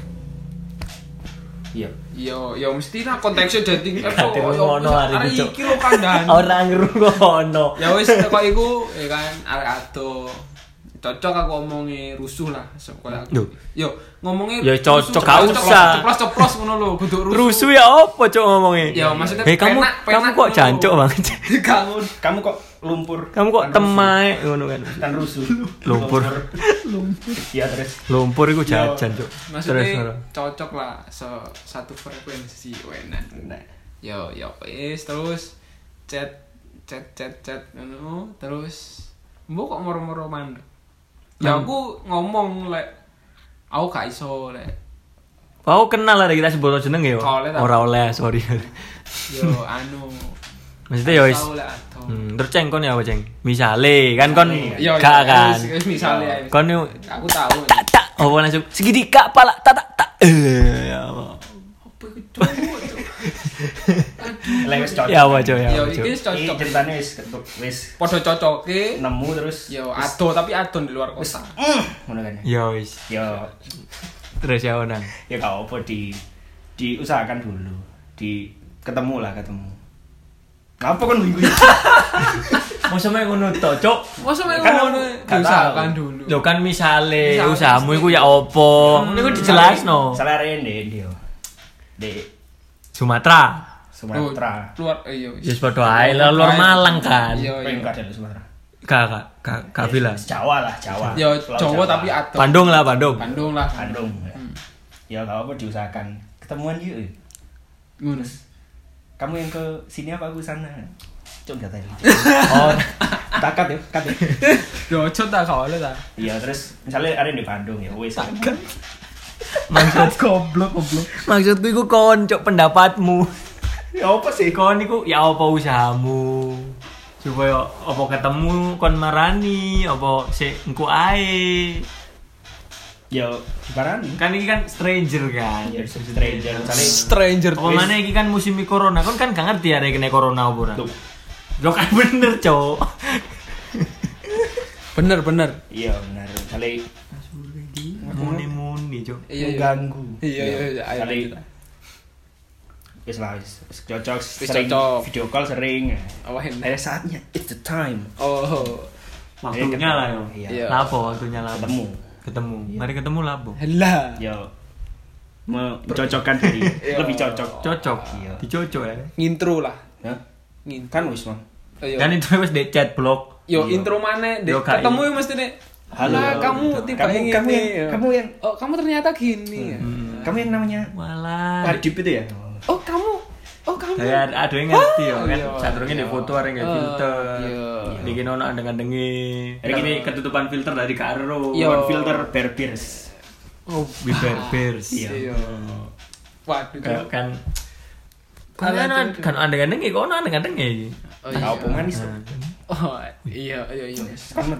S3: Iya.
S2: yo yo mesti lah konteksnya dating apps
S1: Dating
S2: kok,
S1: ngono
S2: yo,
S1: hari
S2: arek
S1: ini, Cok.
S2: iki lo kandhani
S1: orang ngrungono
S2: ya wis teko iku ya kan arek ado cocok aku ngomongnya rusuh lah so, koyo aku.
S1: Duh.
S2: yo ngomongnya
S1: Ya, cocok, gak usah.
S2: ceplos ceplos ngono lho kudu rusuh
S1: rusuh ya opo cuk ngomongnya
S2: Ya, maksudnya
S1: Eh, kamu
S2: penak-
S1: kamu
S2: penak
S1: kok
S2: ngono.
S1: jancuk banget Ceng.
S2: kamu
S3: Kamu kok lumpur?
S1: kamu kok temae ngono kan
S3: Kan rusuh.
S1: Lumpur.
S3: Iya terus.
S1: lumpur iku jajan cuk terus
S2: Iya. maksudnya
S1: terus.
S2: cocok lah so- satu frekuensi enak
S3: Nah,
S2: yo yo wis terus chat chat chat chat ngono terus mbok kok moro-moro mandek ya aku ngomong lek aku gak iso lek
S1: Aku kenal lah kita sebut jeneng ya.
S2: Gak oleh, tak?
S1: Ora oleh, sorry.
S2: yo anu
S1: Maksudnya ya wis.
S2: tau lek ato
S1: Hmm, terus ceng kon ya apa ceng? Misale kan kon
S2: yo yo,
S1: gak kan.
S2: Iya, wis- wis misale ae.
S1: Kon yo
S2: aku tahu
S1: tak tak apa langsung segitiga pala tak tak tak. Eh, ya apa.
S2: apa iku cowok cowok?
S3: lek wis cocok.
S1: Ya apa cok ya.
S2: yo
S1: apa, Cok?
S2: iki wis
S3: Iki
S2: cocok
S3: ceritane wis ketuk wis
S2: podo cocoke
S3: nemu terus.
S2: yo ado tapi adon di luar kota
S3: Mm, ngono kan.
S1: Ya wis.
S3: Yo
S1: Terus ya onang.
S3: ya gak apa di diusahakan dulu. Di ketemu lah ketemu. Apa kan minggu ini?
S1: Mosok mek ngono to, cok.
S2: masa mek
S3: Kan
S2: ngono
S3: aku gak
S2: diusahakan
S3: tahu.
S2: dulu Oh,
S1: Yo kan misale
S2: Misale,
S1: usahamu
S2: misale. Hmm.
S1: iku ya opo? Ngono iku dijelasno.
S3: Salah rene dia. Di
S1: Sumatera.
S2: Loh,
S3: Sumatera.
S2: luar eh, yo
S1: Ya padha ae lah luar Malang kan.
S2: Yo yo.
S3: Pengen kadang Sumatera.
S1: Kak, kak, kak, kak Vila.
S3: Jawa lah, Jawa.
S2: Yo
S3: Pulau
S2: Jawa tapi Hmm. ato.
S1: Bandung lah, Bandung.
S2: Bandung lah.
S3: Bandung. ya. Ya gak apa diusahakan. Ketemuan yuk. eh.
S2: Ngono.
S3: Kamu yang ke sini apa aku sana? Cuk gak tadi.
S1: Oh,
S3: Takat ya, kat ya.
S2: Yo cot tak kau ta.
S3: Iya, terus misalnya ada di Bandung ya, wes.
S1: Maksud
S3: goblok goblok
S1: maksudku iku kon cok pendapatmu.
S3: ya apa sih
S1: Kon iku ya apa usahamu? Supaya apa ketemu kon marani, apa sik engko ae.
S3: ya barani
S1: Kan iki kan stranger kan.
S3: ya bisa stranger misalnya
S2: Stranger
S1: Apa mana iki kan musim corona, kon kan gak ngerti ada kena corona apa ora.
S3: Tuh.
S1: Lo kan bener, cok.
S2: Bener bener.
S3: iya benar misalnya
S1: Muni-muni, cok.
S3: mengganggu
S2: Iya, iya, iya, ayo
S3: Misalnya,
S2: lanjut, ayo.
S3: wis lah wis wis cocok
S2: Wis
S3: sering
S2: cocok.
S3: video call sering
S2: Oh, enak.
S3: ada saatnya it's the time
S2: Oh.
S1: Waktunya lah yo.
S3: Iya.
S2: Iya.
S1: Lapo waktunya lapo.
S3: Ketemu. Iya.
S1: Ketemu. Mari ketemu lapo.
S2: Lah.
S1: Iya.
S3: ya mencocokkan diri
S2: Iya.
S3: lebih cocok
S1: Cocok.
S3: Iya.
S1: Dicocok ya.
S2: Ngintro lah.
S3: Hah?
S2: Ngintro.
S3: kan wis mang
S2: Ayo.
S1: Kan itu wis di chat blog.
S2: Yo intro mana? Dek?
S1: Iya. Yo, Kak,
S2: Ketemu
S1: iya.
S2: yang mesti nih.
S3: Halo.
S2: Lah, kamu
S3: Betul.
S2: tipe
S3: Kamu-
S2: yang
S3: kamu
S2: ini,
S3: yang-
S2: ya.
S3: kamu yang-
S2: Oh, kamu ternyata gini ya.
S1: Hmm.
S3: kamu yang namanya
S2: Nah.
S1: Walah.
S3: Adip itu ya
S2: Oh, kamu. Oh, kamu.
S1: Saya ada yang ngerti yo kan.
S2: iya,
S1: Sadurunge di
S2: iya.
S1: foto areng nggak
S2: Eh,
S1: filter.
S2: iya.
S1: Bikin ono andeng-andengi.
S3: Iya.
S1: Tapi ketutupan filter dari karo.
S2: Nah. Iya.
S3: One filter Bear Bears
S2: Oh,
S1: Biber bears.
S3: Iya.
S2: Iya. Waduh.
S1: Kayak kan
S2: Kan
S1: kan
S2: ada-
S1: kan andeng-andengi kok ono andeng-andengi.
S2: Oh, iya.
S3: kau
S1: kan?
S3: manis
S2: Oh, iya, iya, iya.
S3: Kangen.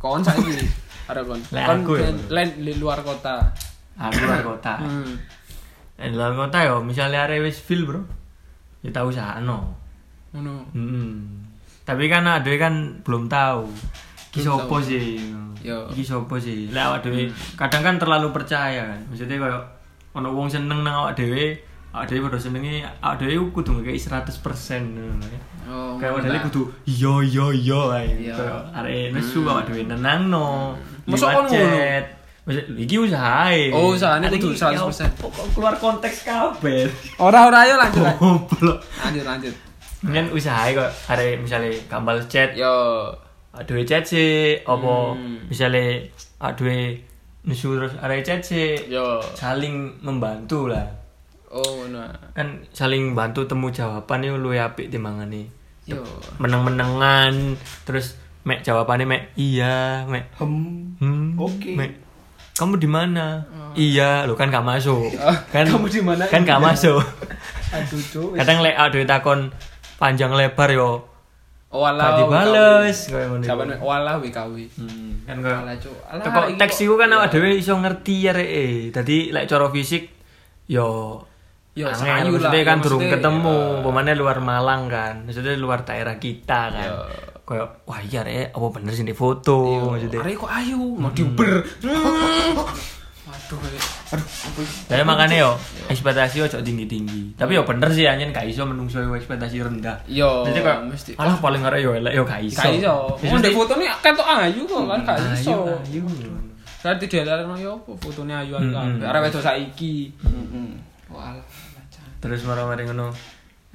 S2: Kon saiki ada kon.
S1: Lah,
S2: Kon
S1: aku ya. Ah.
S2: ben- lain di luar kota.
S1: Aku luar kota.
S2: Hmm.
S1: Eh, luar kota yo, misalnya arek wis feel, Bro. Ya tau sakno.
S2: Ngono.
S1: Mm-mm. Tapi kan ada kan belum tahu. Iki
S2: Belum
S1: sopo
S2: tahu.
S1: sih?
S2: Yo.
S1: Iki sopo sih? Lah awak dhewe kadang kan terlalu percaya kan. Maksudnya koyo ono wong seneng nang awak dhewe, awak dhewe padha senenge, awak dhewe iku kudu ngekeki 100% ngono ya.
S2: Oh.
S1: Kayak awak
S2: ngono
S1: dhewe
S2: lah.
S1: kudu "Iya, yo yo yo ae.
S2: Iya. Hmm.
S1: Koyo gitu. arek nesu awak dhewe nenangno.
S2: Mosok
S1: Mosok
S2: kon ngono?
S1: Iki usahae.
S2: Oh, usahane
S1: Arek
S2: kudu
S1: iki, ya,
S2: 100%.
S1: kok- kok keluar konteks kabel.
S2: Ora ora ayo lanjut. lanjut.
S1: Goblok.
S2: Lanjut lanjut.
S1: Mungkin usahae kok arek misale gambar chat
S2: Yo.
S1: aduh chat sih opo
S2: Iya. Hmm.
S1: misalnya aduh nesu terus arek chat sih
S2: Yo.
S1: saling membantu lah
S2: Oh, nah.
S1: kan saling bantu temu jawaban itu lu apik timbangan nih
S2: Yo.
S1: meneng-menengan terus mek jawabannya mek iya mek
S3: hmm
S1: hmm
S3: Oke.
S1: mek kamu di mana iya lu kan gak masuk kan
S2: Oh. Ah, kamu di mana? Iya.
S1: kan gak masuk
S2: Aduh, cuk.
S1: kadang lek aduh takon panjang lebar yo
S2: Oh,
S1: gak
S2: alah.
S1: dibales koyo ngono iku.
S2: Jawaban oh, alah WKW.
S1: Hmm, kan koyo
S2: Alah, cuk. Alah,
S1: Teko
S2: iki
S1: teks
S2: kok-
S1: iku kan awak
S2: Iya.
S1: dhewe iso ngerti areke. Dadi lek cara fisik yo
S2: Yo,
S1: angel.
S2: sayu lah.
S1: Maksudnya
S2: Yo,
S1: kan durung
S2: maksudnya,
S1: ketemu,
S2: iya.
S1: pemane luar Malang kan. Maksudnya luar daerah kita kan. Koyo wah iya rek, apa bener sini foto Oh, maksudnya. Hmm.
S2: iya. Arek kok ayu, mau diuber. Waduh. Aduh, apa iki?
S1: Lah makane yo ekspektasi ojo tinggi-tinggi. Tapi yo bener sih anjen gak iso menungso ekspektasi rendah.
S2: Yo,
S1: Jadi kayak
S2: iya, Oh, mesti.
S1: alah paling arek yo elek yo gak iso.
S2: Gak iso.
S1: Ya,
S2: Wong
S1: mesti-
S2: ndek fotone ketok ayu kok kan gak iso.
S1: Ayu, ayu.
S2: Berarti dialarno yo apa fotone ayu ayu
S1: Mm-mm.
S2: kabeh. Arek wedok saiki.
S3: hmm
S2: Walah.
S1: terus marah-marah ngono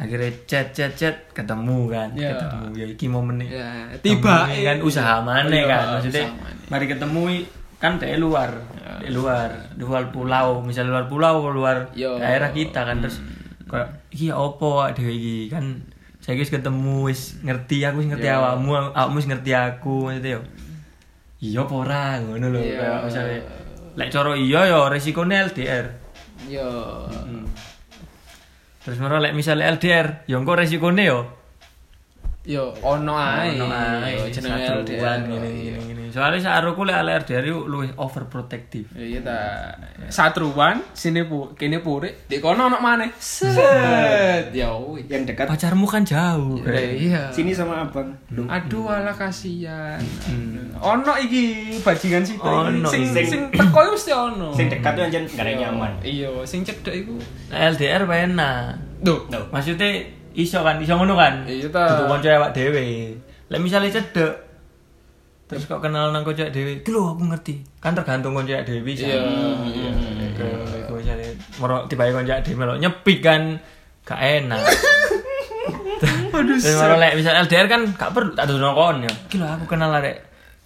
S1: akhirnya chat chat chat ketemu kan
S2: Iya.
S1: ketemu ya iki momen nih
S2: Ya, tiba
S1: Ketemu kan usaha mana
S2: Iya,
S1: kan maksudnya
S2: usaha maneh. Ya.
S1: mari ketemu i- kan dari luar dari luar luar pulau misalnya luar pulau luar
S2: Yo. Hmm.
S1: daerah kita kan terus kayak iki ya opo ada iki kan saya guys ketemu wis ngerti aku wis ngerti
S2: Yo.
S1: awakmu awakmu wis ngerti aku maksudnya yo iya apa ora ngono lho
S2: Iya.
S1: kayak misalnya lek coro iya yo resikonya LDR
S2: Yo.
S1: Hmm, Terus moro lek misale LDR, ya engko resikone yo. ah,
S2: Yo Iya, ono ae.
S1: Ono ae,
S2: Yo, Ah, jenenge
S1: satruan,
S2: LDR.
S1: ngene
S2: Iya.
S1: ngene ngene. Soale sakroku lek LDR yo luwih overprotective.
S2: Ya, Iya ta. Satruan sini pu kene pure di kono ono maneh. Set. Ya wis.
S3: yang dekat
S1: Pacarmu kan jauh. kayak.
S2: Iya.
S3: sini sama abang Lu.
S2: Aduh ala kasihan.
S1: Hmm.
S2: Ono iki bajingan sithik.
S1: Ono
S2: sing
S1: iki.
S2: sing teko iku mesti ono.
S3: sing dekat tuh anjen gak ada yang nyaman
S2: Iya, sing cedek iku.
S1: LDR wae enak.
S2: Duh.
S3: no
S1: Maksudnya iso kan, iso ngono kan?
S2: Iya ta.
S1: Dudu kanca awak dhewe. Lek misale cedek terus kok kenal nang kanca dhewe, "Ki lho aku ngerti." Kan tergantung kanca dhewe pisan. iya,
S2: Iya.
S1: Kayak misalnya moro tiba konjak dhewe melok nyepi kan gak enak.
S2: Aduh.
S1: Terus kalau lek misal LDR kan gak perlu tak dono kon ya. Gila aku kenal arek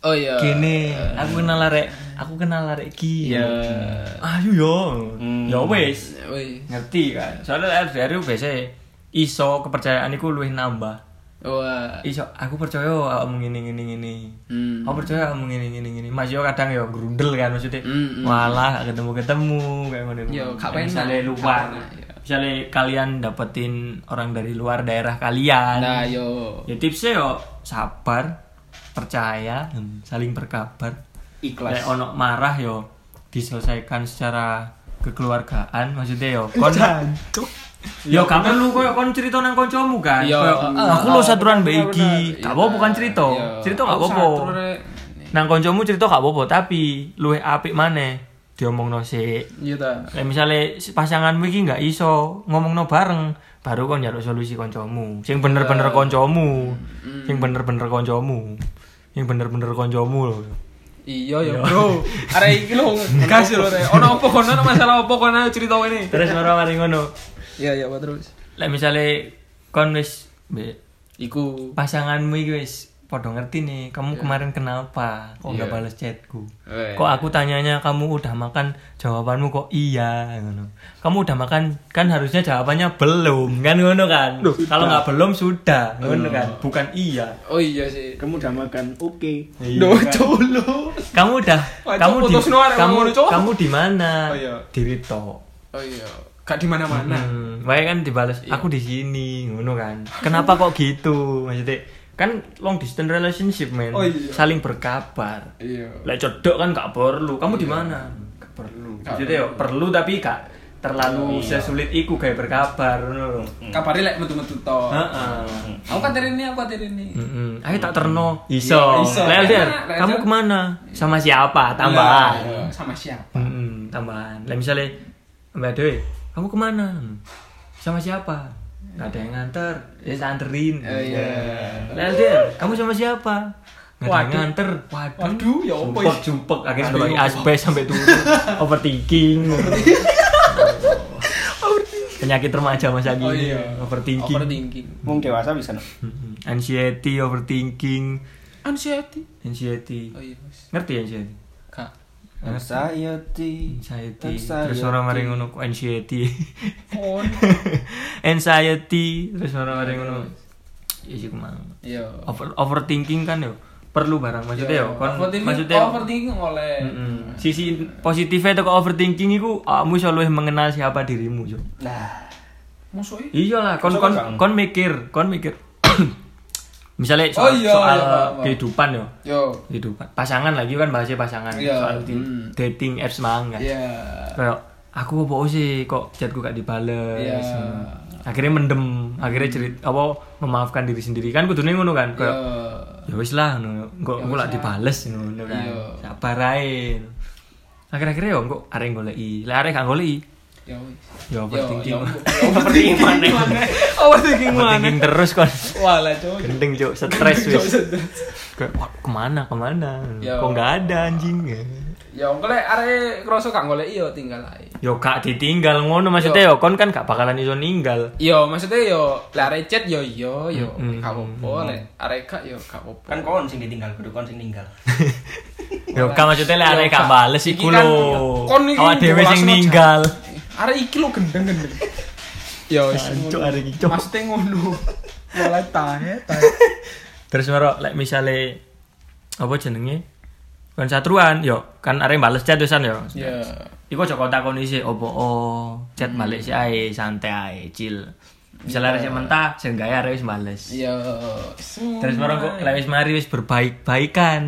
S2: Oh iya.
S1: gini, aku kenal arek, aku kenal arek iki.
S2: Iya. Hmm.
S1: Ayo yo. Ya wis.
S2: Eh, Woi.
S1: Ngerti kan. Soalnya LDR itu biasa iso kepercayaan iku luwih nambah.
S2: Wah.
S1: iso aku percaya awakmu ngene ngene ngene
S2: ah. Hmm.
S1: aku percaya awakmu ngene ngene ngene mas yo kadang yo grundel kan maksudnya
S2: Hmm, hmm.
S1: malah ketemu ketemu kayak ngono
S2: Yo, gak
S1: Kayak
S2: penak.
S1: misalnya
S2: Gak
S1: luar
S2: penak, yo.
S1: misalnya kalian dapetin orang dari luar daerah kalian
S2: Nah, yo.
S1: ya tipsnya yo sabar percaya dan saling berkabar
S3: Ikhlas.
S1: Lek ono marah yo diselesaikan secara kekeluargaan maksudnya yo kon Yo gak perlu koyo kon cerita nang koncomu kan.
S2: Yo,
S1: Koyo,
S2: eh,
S1: aku lo
S2: eh,
S1: saturan
S2: bener,
S1: mbak iki.
S2: bener.
S1: Gak
S2: Iya,
S1: apa-apa kan cerita.
S2: iya.
S1: Cerita gak
S2: Aku
S1: apa-apa.
S2: satu, Rek.
S1: Nang koncomu cerita gak apa-apa, tapi luwih apik maneh diomongno sik.
S2: Iya ta.
S1: Lek misale si pasanganmu iki gak iso ngomongno bareng, baru kon njaluk solusi koncomu. Sing bener-bener
S2: Iya.
S1: koncomu. Sing bener-bener koncomu. Sing bener-bener koncomu lho.
S2: Iya ya, Bro. Arek iki lho gas lho Rek. Ono apa kono ono masalah apa kono ayo cerita ini.
S1: Terus marah mari ngono.
S2: Iya iya, Pak terus.
S1: Lek misale kon wis mbek
S2: Iku.
S1: pasanganmu iki wis podo ngerti nih kamu kemarin kenapa kok nggak
S2: Iya.
S1: balas chatku
S2: Eh.
S1: kok aku tanyanya kamu udah makan jawabanmu kok iya ngono kamu udah makan kan harusnya jawabannya belum kan ngono kan kalau nggak belum sudah ngono kan bukan iya
S2: Oh iya sih.
S3: Kamu udah makan, oke.
S2: Duh, cowok lu.
S1: kamu udah
S2: Wah,
S1: kamu di
S2: putus nuar,
S1: kamu
S2: ngono, cowok.
S1: kamu di mana
S2: Oh, iya.
S1: diri tok
S2: Oh iya. Gak di mana-mana.
S1: Hmm, wae kan dibales aku di sini ngono kan. Kenapa kok gitu? Maksudnya kan long distance relationship men.
S2: Oh, iya.
S1: Saling berkabar.
S2: Iya.
S1: Lah cedok kan gak perlu. Kamu di mana? Gak perlu. Maksudnya yo perlu tapi gak terlalu sesulit iku kayak berkabar ngono lho.
S2: Kabare lek metu-metu to.
S1: Heeh.
S2: Aku katir ini, aku katir ini.
S1: Mm-mm. Ayo tak terno. Iso.
S2: iso.
S1: Lah, Der,
S2: Lah, lah,
S1: kamu
S2: Cok.
S1: kemana? Sama siapa?
S2: Lah,
S1: Tambahan.
S2: iya. Sama siapa?
S1: Mm-mm, Hmm, tambahan. Lah misalnya Mbak Dewi, kamu kemana? Sama siapa? Gak ada yang nganter, ya saya anterin.
S2: Eh, iya.
S1: Lah, Del, kamu sama siapa? Gak ada yang
S2: Waduh.
S1: nganter. Waduh.
S2: Waduh, ya apa
S1: Jumpek,
S2: ya?
S1: jumpek. Akhirnya
S2: Aduh,
S1: sebagai
S2: ya apa?
S1: asbes sampai turun. Overthinking. Penyakit remaja masa gini.
S2: Oh iya.
S1: Overthinking.
S2: Overthinking.
S3: Wong dewasa bisa no.
S1: Mm-mm. Anxiety, overthinking,
S2: Anxiety.
S1: anxiety.
S2: Oh iya, Mas.
S1: Ngerti anxiety?
S2: Kak.
S3: Anxiety.
S1: anxiety
S2: Kan
S1: terus orang mari ngono kok anxiety
S2: Kon.
S1: anxiety terus orang mari ngono ya sih kemang
S2: Iya.
S1: over overthinking kan yo perlu barang maksudnya yo kon
S2: Overthinking-
S1: maksudnya yo,
S2: overthinking oleh.
S1: mm, sisi positifnya toko overthinking iku "Ah, kamu iso luwih mengenal siapa dirimu yo
S3: Nah,
S2: Musuhnya.
S1: iyalah kon kon
S3: Maksudnya, Kang?
S1: kon mikir kon mikir misalnya soal,
S2: Oh, iya,
S1: soal
S2: iya, paham, paham.
S1: kehidupan yo
S2: Yo.
S1: kehidupan pasangan lagi kan bahasnya pasangan
S2: Iya,
S1: soal di-
S2: mm.
S1: dating apps mangan
S2: Iya.
S1: kayak aku apa sih kok chatku gak dibales
S2: Iya.
S1: Hmm. akhirnya mendem akhirnya cerit apa memaafkan diri sendiri kan kudune ngono kan
S2: Yo.
S1: kayak ya wis Ya lah ngono kok aku lak dibales ngono kan
S2: Iya.
S1: sabar ae akhir-akhir yo kok arek goleki lek arek gak goleki
S2: Yo.
S1: ya overthinking
S2: yo,
S3: overthinking mana?
S2: Overthinking mana?
S1: overthinking terus kon
S2: Walah, cowok.
S1: gendeng cuk stres Ya.
S2: Cowok
S1: wis
S2: sedes.
S1: kayak "Wah, kemana kemana
S2: Iya.
S1: kok nggak ada anjing
S2: Ya engko lek arek kerasa gak golek yo tinggal ae.
S1: yo Ya gak ditinggal ngono maksudnya yo kon kan gak bakalan iso ninggal
S2: Yo maksudnya yo lek arek chat yo yo yo
S1: Mm, mm,
S2: gak apa-apa lek arek gak yo gak apa-apa.
S3: Kan kon sing ditinggal, kudu kon sing ninggal.
S1: Yo kan maksudnya lek arek gak bales iku
S2: Iki kan,
S1: lho.
S2: kon iki
S1: Awak dhewe
S2: ngelas
S1: sing
S2: no, Jan.
S1: ninggal.
S2: Arek iki lo gendeng-gendeng. Yo wis.
S1: Ancuk
S2: ngono.
S1: arek iki. Cuk.
S2: Maksudnya ngono. Walah tahe tahe.
S1: Terus merok lek misale apa jenenge? Kon satruan yo kan arek bales chat wisan yo.
S2: Ya.
S1: Iku aja kontak kon isih opo oh, chat balik sih ae santai ae chill. Misale arek sing mentah sing gawe arek wis bales.
S2: Yo.
S1: Terus merok kok lek wis mari wis berbaik-baikan.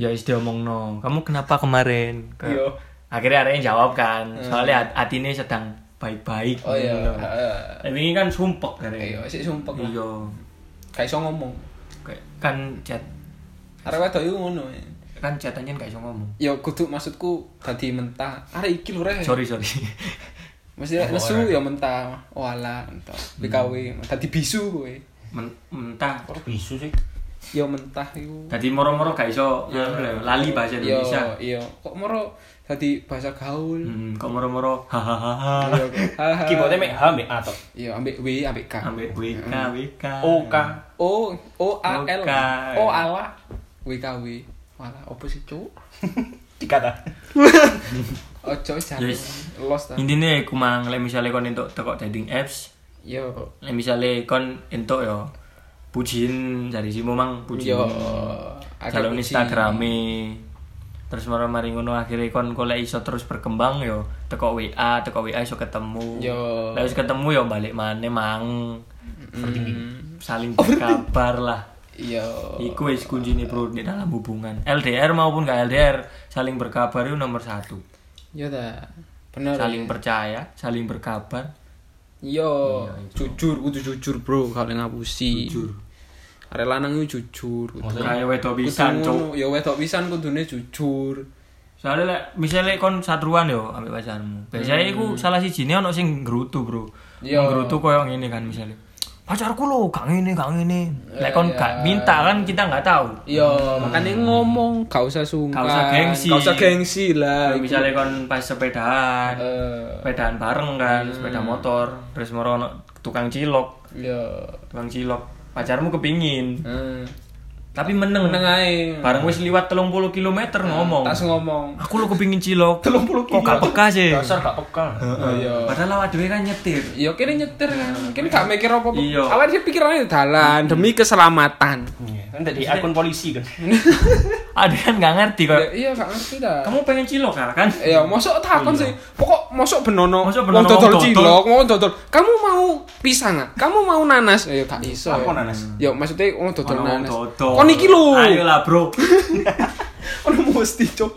S1: Ya wis diomongno, kamu kenapa kemarin? Kayak-
S2: Yo. Hmm.
S1: Akhirnya arek jawab kan, soalnya hat- hatine sedang baik-baik.
S2: Oh iya. Eh,
S1: ngono. Tapi ini kan sumpek kan
S2: Iya,
S1: ya.
S2: sik sumpek. lah.
S1: Iya.
S2: Gak iso ngomong.
S1: Kayak- Kan chat
S2: Arek wedok iku ngono. ya.
S1: kan chat anjen gak iso ngomong.
S2: Ya kudu maksudku dadi mentah. Arek iki lho rek.
S1: Sorry, sorry.
S2: Mesti lek nesu ya mentah. Wala entok.
S1: Hmm.
S2: PKW dadi bisu kowe.
S1: Men- mentah.
S3: Kok bisu sih?
S2: Ya mentah iku.
S1: Tadi moro-moro gak iso ngono lho, lali bahasa Indonesia.
S2: Iya, iya. Kok moro dadi bahasa gaul.
S1: Hmm, kok moro-moro hahaha.
S2: Iya, kok. Hahaha.
S3: Keyboardnya mek H, mek A tok.
S2: Iya, ambek W, ambek K.
S1: Ambek WK, WK.
S3: O K.
S2: O O A L.
S1: Oka.
S2: O ala W K W. Wala opo sih, Cuk?
S3: Dikata.
S2: Ojo jangan
S1: Yes.
S2: lost ta.
S1: Intinya aku mang lek misale kon entuk tekok dating apps,
S2: Yo.
S1: lek misale kon entuk yo pujiin dari si mang pujiin
S2: Yo, akeh
S1: Hmm. jalur
S2: puji.
S1: Instagrame terus marah mari ngono akhirnya kon golek iso terus berkembang yo teko WA teko WA iso ketemu
S2: Yo.
S1: Lah wis ketemu yo balik maneh mang
S2: Hmm.
S1: saling
S2: Oh,
S1: berkabar lah
S2: Iya.
S1: Iku wis kuncine bro di dalam hubungan LDR maupun gak LDR saling berkabar itu nomor satu
S2: Iya ta. Bener.
S1: saling percaya saling berkabar
S2: Iya, jujur kudu jujur, Bro, kalau ngapusi. Jujur. Arek lanang iku jujur. kudu.
S1: kayak wedo pisan cuk
S2: Kudu- Ya wedok pisan kudune jujur.
S1: soalnya lek misalnya kon satruan yo ambek pacarmu biasanya iku salah siji ono sing nggerutu bro
S2: Yo.
S1: nggerutu koyo ngene kan misalnya pacarku lo gak ngene gak ngene lek kon
S2: Iya.
S1: gak minta kan kita nggak tahu
S2: Iya, makanya ngomong, gak usah sungkan.
S1: Gak usah gengsi.
S2: Gak usah gengsi lah. iku.
S1: misalnya kon pas sepedaan
S2: Eh,
S1: sepedaan bareng kan sepeda motor terus moro ono tukang cilok
S2: Iya.
S1: tukang cilok pacarmu kepingin
S2: Hmm.
S1: tapi meneng
S2: Meneng Hmm. ae.
S1: bareng wis liwat 30 km ngomong
S2: Tas ngomong.
S1: aku lo kepingin cilok
S2: 30
S1: kok gak peka sih
S3: dasar gak peka
S1: Eh.
S2: Iya.
S1: padahal awak dhewe kan nyetir
S2: Ya kene nyetir kan, kene gak mikir apa-apa.
S1: Nah, Iya. Hmm.
S2: Awalnya dia pikirannya dalan demi keselamatan.
S3: Iya, kan tadi akun polisi kan
S1: ada kan nggak ngerti kok
S2: Ya, iya gak ngerti dah.
S1: kamu pengen cilok Kak, kan
S2: Ya, mosok takon sih. Pokok mosok benono.
S1: Mosok benono
S2: wong dodol
S1: wong dodol.
S2: cilok, wong dodol. Kamu mau pisang ah? Kamu mau nanas? Ya gak iso.
S3: Apa
S2: ya.
S3: nanas?
S2: Ya maksudnya wong dodol
S1: Ono wong
S2: nanas.
S1: dodol.
S2: Kon iki lho.
S1: ayo lah bro
S2: Ono mesti cok.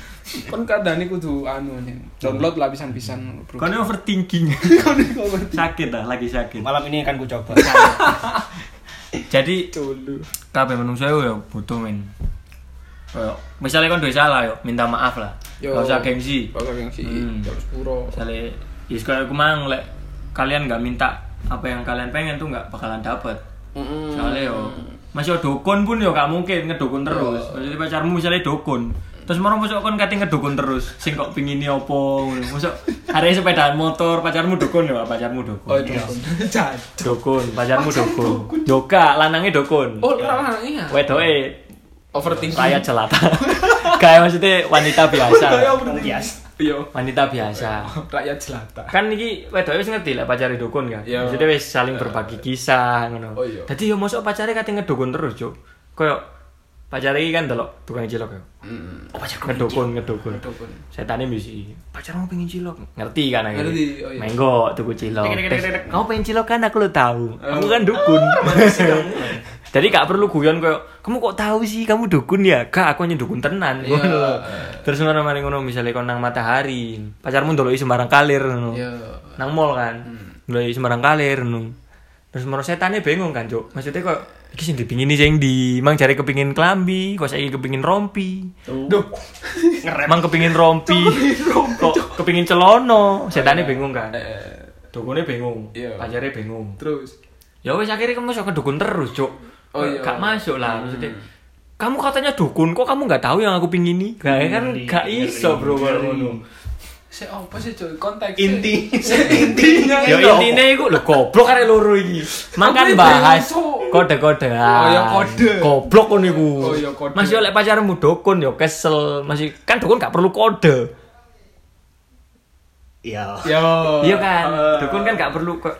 S2: Kon kadane kudu anu nih. Download lah pisan-pisan bro.
S1: kau overthinking
S2: Kon iku ngerti.
S1: sakit lah lagi sakit
S3: malam ini akan ku coba
S1: jadi
S2: Dulu.
S1: kabeh menungso yo ya butuh men Kayak, misalnya kon duwe salah yo minta maaf lah
S2: Yo.
S1: gak usah gengsi
S2: Kalau gengsi,
S1: Hmm.
S2: jam 10.
S1: misalnya ya sekali aku mang lek kalian nggak minta apa yang kalian pengen tuh nggak bakalan dapet
S2: Heeh.
S1: soalnya yo Hmm. masih dukun pun yo gak mungkin ngedukun terus maksudnya pacarmu misalnya dukun terus mau masuk kon kate ngedukun terus sing kok pingin opo ngono masuk hari sepedaan motor pacarmu dukun ya pacarmu
S2: Oh,
S1: dukun
S2: itu. Jad.
S1: dukun pacarmu dukun joka lanangnya dukun
S2: Oh, lah lah, iya.
S1: wedoke
S2: Overthinking.
S1: rakyat jelata kayak maksudnya wanita biasa
S3: bias
S2: Iya.
S1: wanita biasa
S2: Rakyat jelata.
S1: kan iki wedoke wis ngerti lah pacare dukun kan.
S2: Iya. Eh.
S1: Jadi wis saling berbagi kisah ngono.
S2: Oh, iya.
S1: Dadi yo mosok pacare kate ngedukun terus, Cuk. Koyo pacare iki kan delok tukang cilok yo.
S2: Hmm.
S1: Oh, pacar ngedukun, ngedukun.
S2: Dukun.
S1: Setane misi. Pacarmu pengen cilok. Ngerti kan akhirnya.
S2: Ngerti, oh, iya.
S1: Menggo tuku cilok.
S3: Tek, tek, tek, tek, tek.
S1: Kamu pengen cilok kan aku lo tahu.
S2: Eh.
S1: Aku kan dukun.
S2: Ah,
S1: Jadi gak perlu guyon koyo kamu kok tahu sih kamu dukun ya? Gak aku hanya dukun tenan.
S2: Iya.
S1: Ngono lho. Terus mana-mana ngono misalnya kon nang matahari, pacarmu ndoloki sembarang kalir ngono
S2: Iya. Hmm.
S1: nang mall kan mulai sembarang kalir nu terus moro setannya bingung kan cuk maksudnya kok iki sing dipingini sing di mang cari kepingin kelambi kok saiki kepingin rompi
S2: Duh.
S3: ngerem
S1: mang kepingin rompi kok kepingin celono setannya bingung kan
S2: Iya. Eh,
S1: dukunnya bingung
S2: Iya.
S1: pacarnya bingung
S2: Terus.
S1: ya wes akhirnya kamu masuk ke dukun terus cuk
S2: Oh, iya.
S1: gak
S2: Hmm.
S1: masuk lah maksudnya kamu katanya dukun kok kamu nggak tahu yang aku pingini gak
S2: Hmm,
S1: kan
S3: Ngeri,
S1: gak iso bro
S3: ngeri.
S1: ngono
S2: Se apa sih cuy konteks
S3: inti
S2: intinya
S1: Ya intinya iku lho goblok arek loro iki. Makan
S2: Aku
S1: bahas
S2: iku.
S1: kode-kodean.
S2: Oh, ya kode.
S1: Goblok ngono iku.
S2: Oh, ya kode.
S1: Masih oleh pacarmu dukun ya kesel. Masih kan dukun gak perlu kode.
S3: iya
S2: Yo. Eh,
S1: Iya kan? Dukun kan gak perlu kok.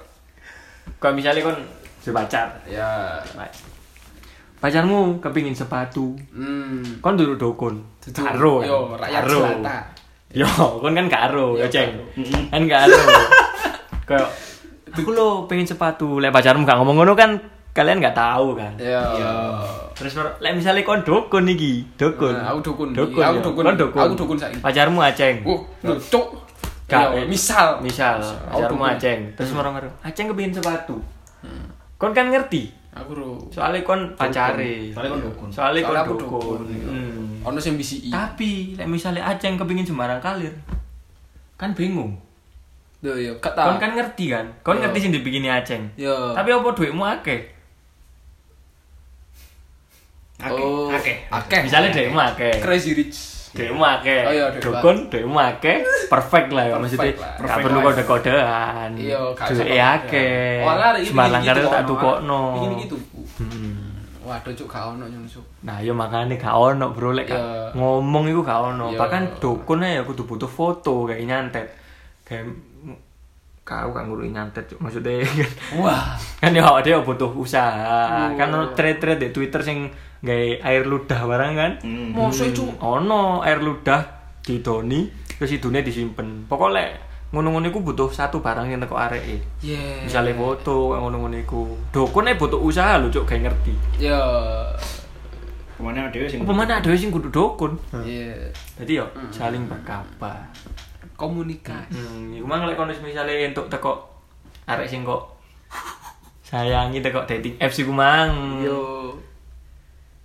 S1: Kalau misalnya kon sepacar.
S2: Ya.
S1: Pacarmu kepingin sepatu.
S2: Hmm.
S1: Kon dulu dukun.
S2: Duduk.
S1: Karo.
S2: Yo, rakyat jelata.
S1: Yo, kon kan gak aro, yo
S2: Yo,
S1: ceng.
S2: karo.
S1: Kan gak aro. Kayak aku lo pengen sepatu. Lek pacarmu gak ngomong ngono kan kalian gak tahu kan.
S2: Ya.
S1: Terus mer- lek misalnya kon dukun iki, dukun.
S2: Nah, aku dukun.
S1: Dukun.
S2: Aku
S1: ya.
S2: dukun.
S1: Kon dukun.
S2: Aku dukun saiki.
S1: Pacarmu Aceng.
S2: Uh, lho, cuk.
S1: Gak,
S2: Yo,
S1: eh.
S2: misal.
S1: Misal, pacarmu
S2: Aku dukun. Hmm.
S1: Aceng. Terus merem-merem, Aceng kepengin sepatu. Kon kan ngerti,
S2: Aku ro.
S1: soalnya kon pacare.
S3: soalnya kon dukun
S1: Soalnya kon
S2: Soalnya aku
S1: dukun.
S2: dukun.
S1: Hmm.
S2: Ono sing BCI.
S1: Tapi lek misalnya Aceng kepengin sembarang kalir, kan bingung.
S2: Lho yo, gak
S1: Kon
S2: tau.
S1: kan ngerti kan? Kon
S2: Yo.
S1: ngerti sing dibikini Aceng.
S2: Yo.
S1: Tapi apa duitmu akeh?
S3: oke
S2: Oh,
S3: oke
S2: Akeh.
S1: Misalnya duitmu akeh.
S2: Crazy Rich.
S1: Duitmu akeh.
S2: Oh, iya, duit
S1: Dukun duitmu akeh. Perfect lah ya maksudnya.
S2: lah.
S1: Gak
S3: Perfect
S1: perlu
S3: life.
S1: kode-kodean.
S2: Iya, gak usah
S1: Duit akeh.
S2: Ora arek iki
S1: Sembarang
S2: bikin
S1: karo
S2: gitu,
S1: tak Hmm.
S2: ono. gitu.
S1: tukokno.
S2: Bikin iki tuku. Waduh cuk gak ono nyung cuk.
S1: Nah, yo makanya gak ono bro lek gak-
S2: Iya.
S1: ngomong iku gak ono.
S2: Iya.
S1: Bahkan dukun aja ya kudu butuh foto kayak nyantet. Kayak kau kan ngurui nyantet Cuk. maksudnya
S2: Wah,
S1: kan ya awak dhewe butuh
S2: Iya.
S1: usaha. Kan ono thread-thread di Twitter sing nggae air ludah barang kan.
S3: Hmm.
S2: Masa itu
S1: Ono air ludah didoni terus idune disimpen. Pokoknya lek ngono-ngono iku butuh satu barang yang teko areke.
S2: ya
S1: Misalnya foto ngono-ngono iku. Dokone butuh usaha lho cuk gak ngerti.
S2: ya
S3: Kemana ada sing
S1: Apa mana dhewe sing kudu dokun.
S2: ya
S1: Jadi yo saling berkabar.
S2: komunikasi
S1: Hmm, iku mang lek kono misale entuk teko arek sing kok sayangi teko dating apps iku mang.
S2: yo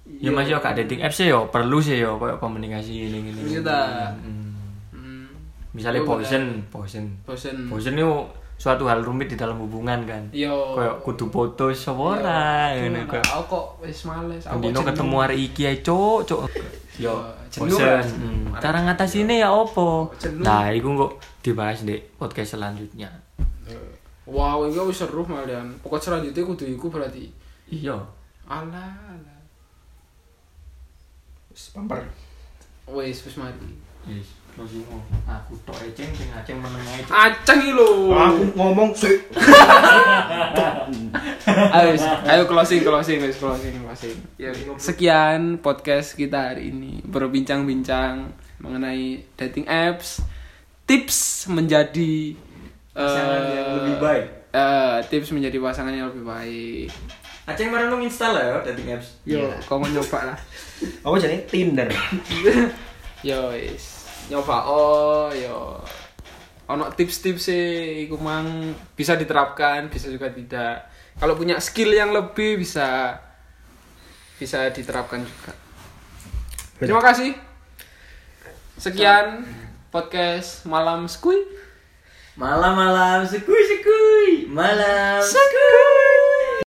S1: Ya Mas Hmm. yo gak dating apps yo perlu sih yo koyo komunikasi ngene-ngene.
S2: Iya ta.
S1: Hmm.
S2: hmm,
S1: Misale
S2: Yo,
S1: bosen, bosen.
S2: bosen
S1: Bosen itu suatu hal rumit di dalam hubungan kan.
S2: yo
S1: Koyo kudu foto sapa ora
S2: Yo,
S1: ngene
S2: nah,
S1: koyo.
S2: aku kok wis males aku
S1: Bendino
S2: jenuh.
S1: ketemu hari iki ae cuk, cuk.
S2: Yo,
S1: Yo,
S2: jenuh
S1: bosen.
S2: lah.
S1: Hmm, Cara ngatasine ya opo?
S2: Jenuh.
S1: Nah, iku kok dibahas di podcast selanjutnya.
S2: wow ini wis seru malian pokok selanjutnya kudu iku berarti
S1: Iya.
S2: ala ala
S3: bumper.
S2: wis wis mari
S1: Yes, aku tok eceng sing aceng menengae.
S2: acang iki lho
S3: Aku ngomong sih.
S2: ayo wis. ayo closing closing wis closing closing Ya, sekian podcast kita hari ini berbincang-bincang mengenai dating apps tips menjadi
S1: Pasangan
S2: eh,
S1: yang lebih baik.
S2: eh, tips menjadi pasangan yang lebih baik
S1: Aceng merenung install ya dating apps.
S2: yo kau mau nyoba lah
S3: Apa jadi Tinder?
S2: yo wis nyoba oh yo ono tips-tips sih iku mang bisa diterapkan bisa juga tidak kalau punya skill yang lebih bisa bisa diterapkan juga terima kasih sekian podcast malam skui
S1: Malam-malam sekui sekui. Malam.
S2: skui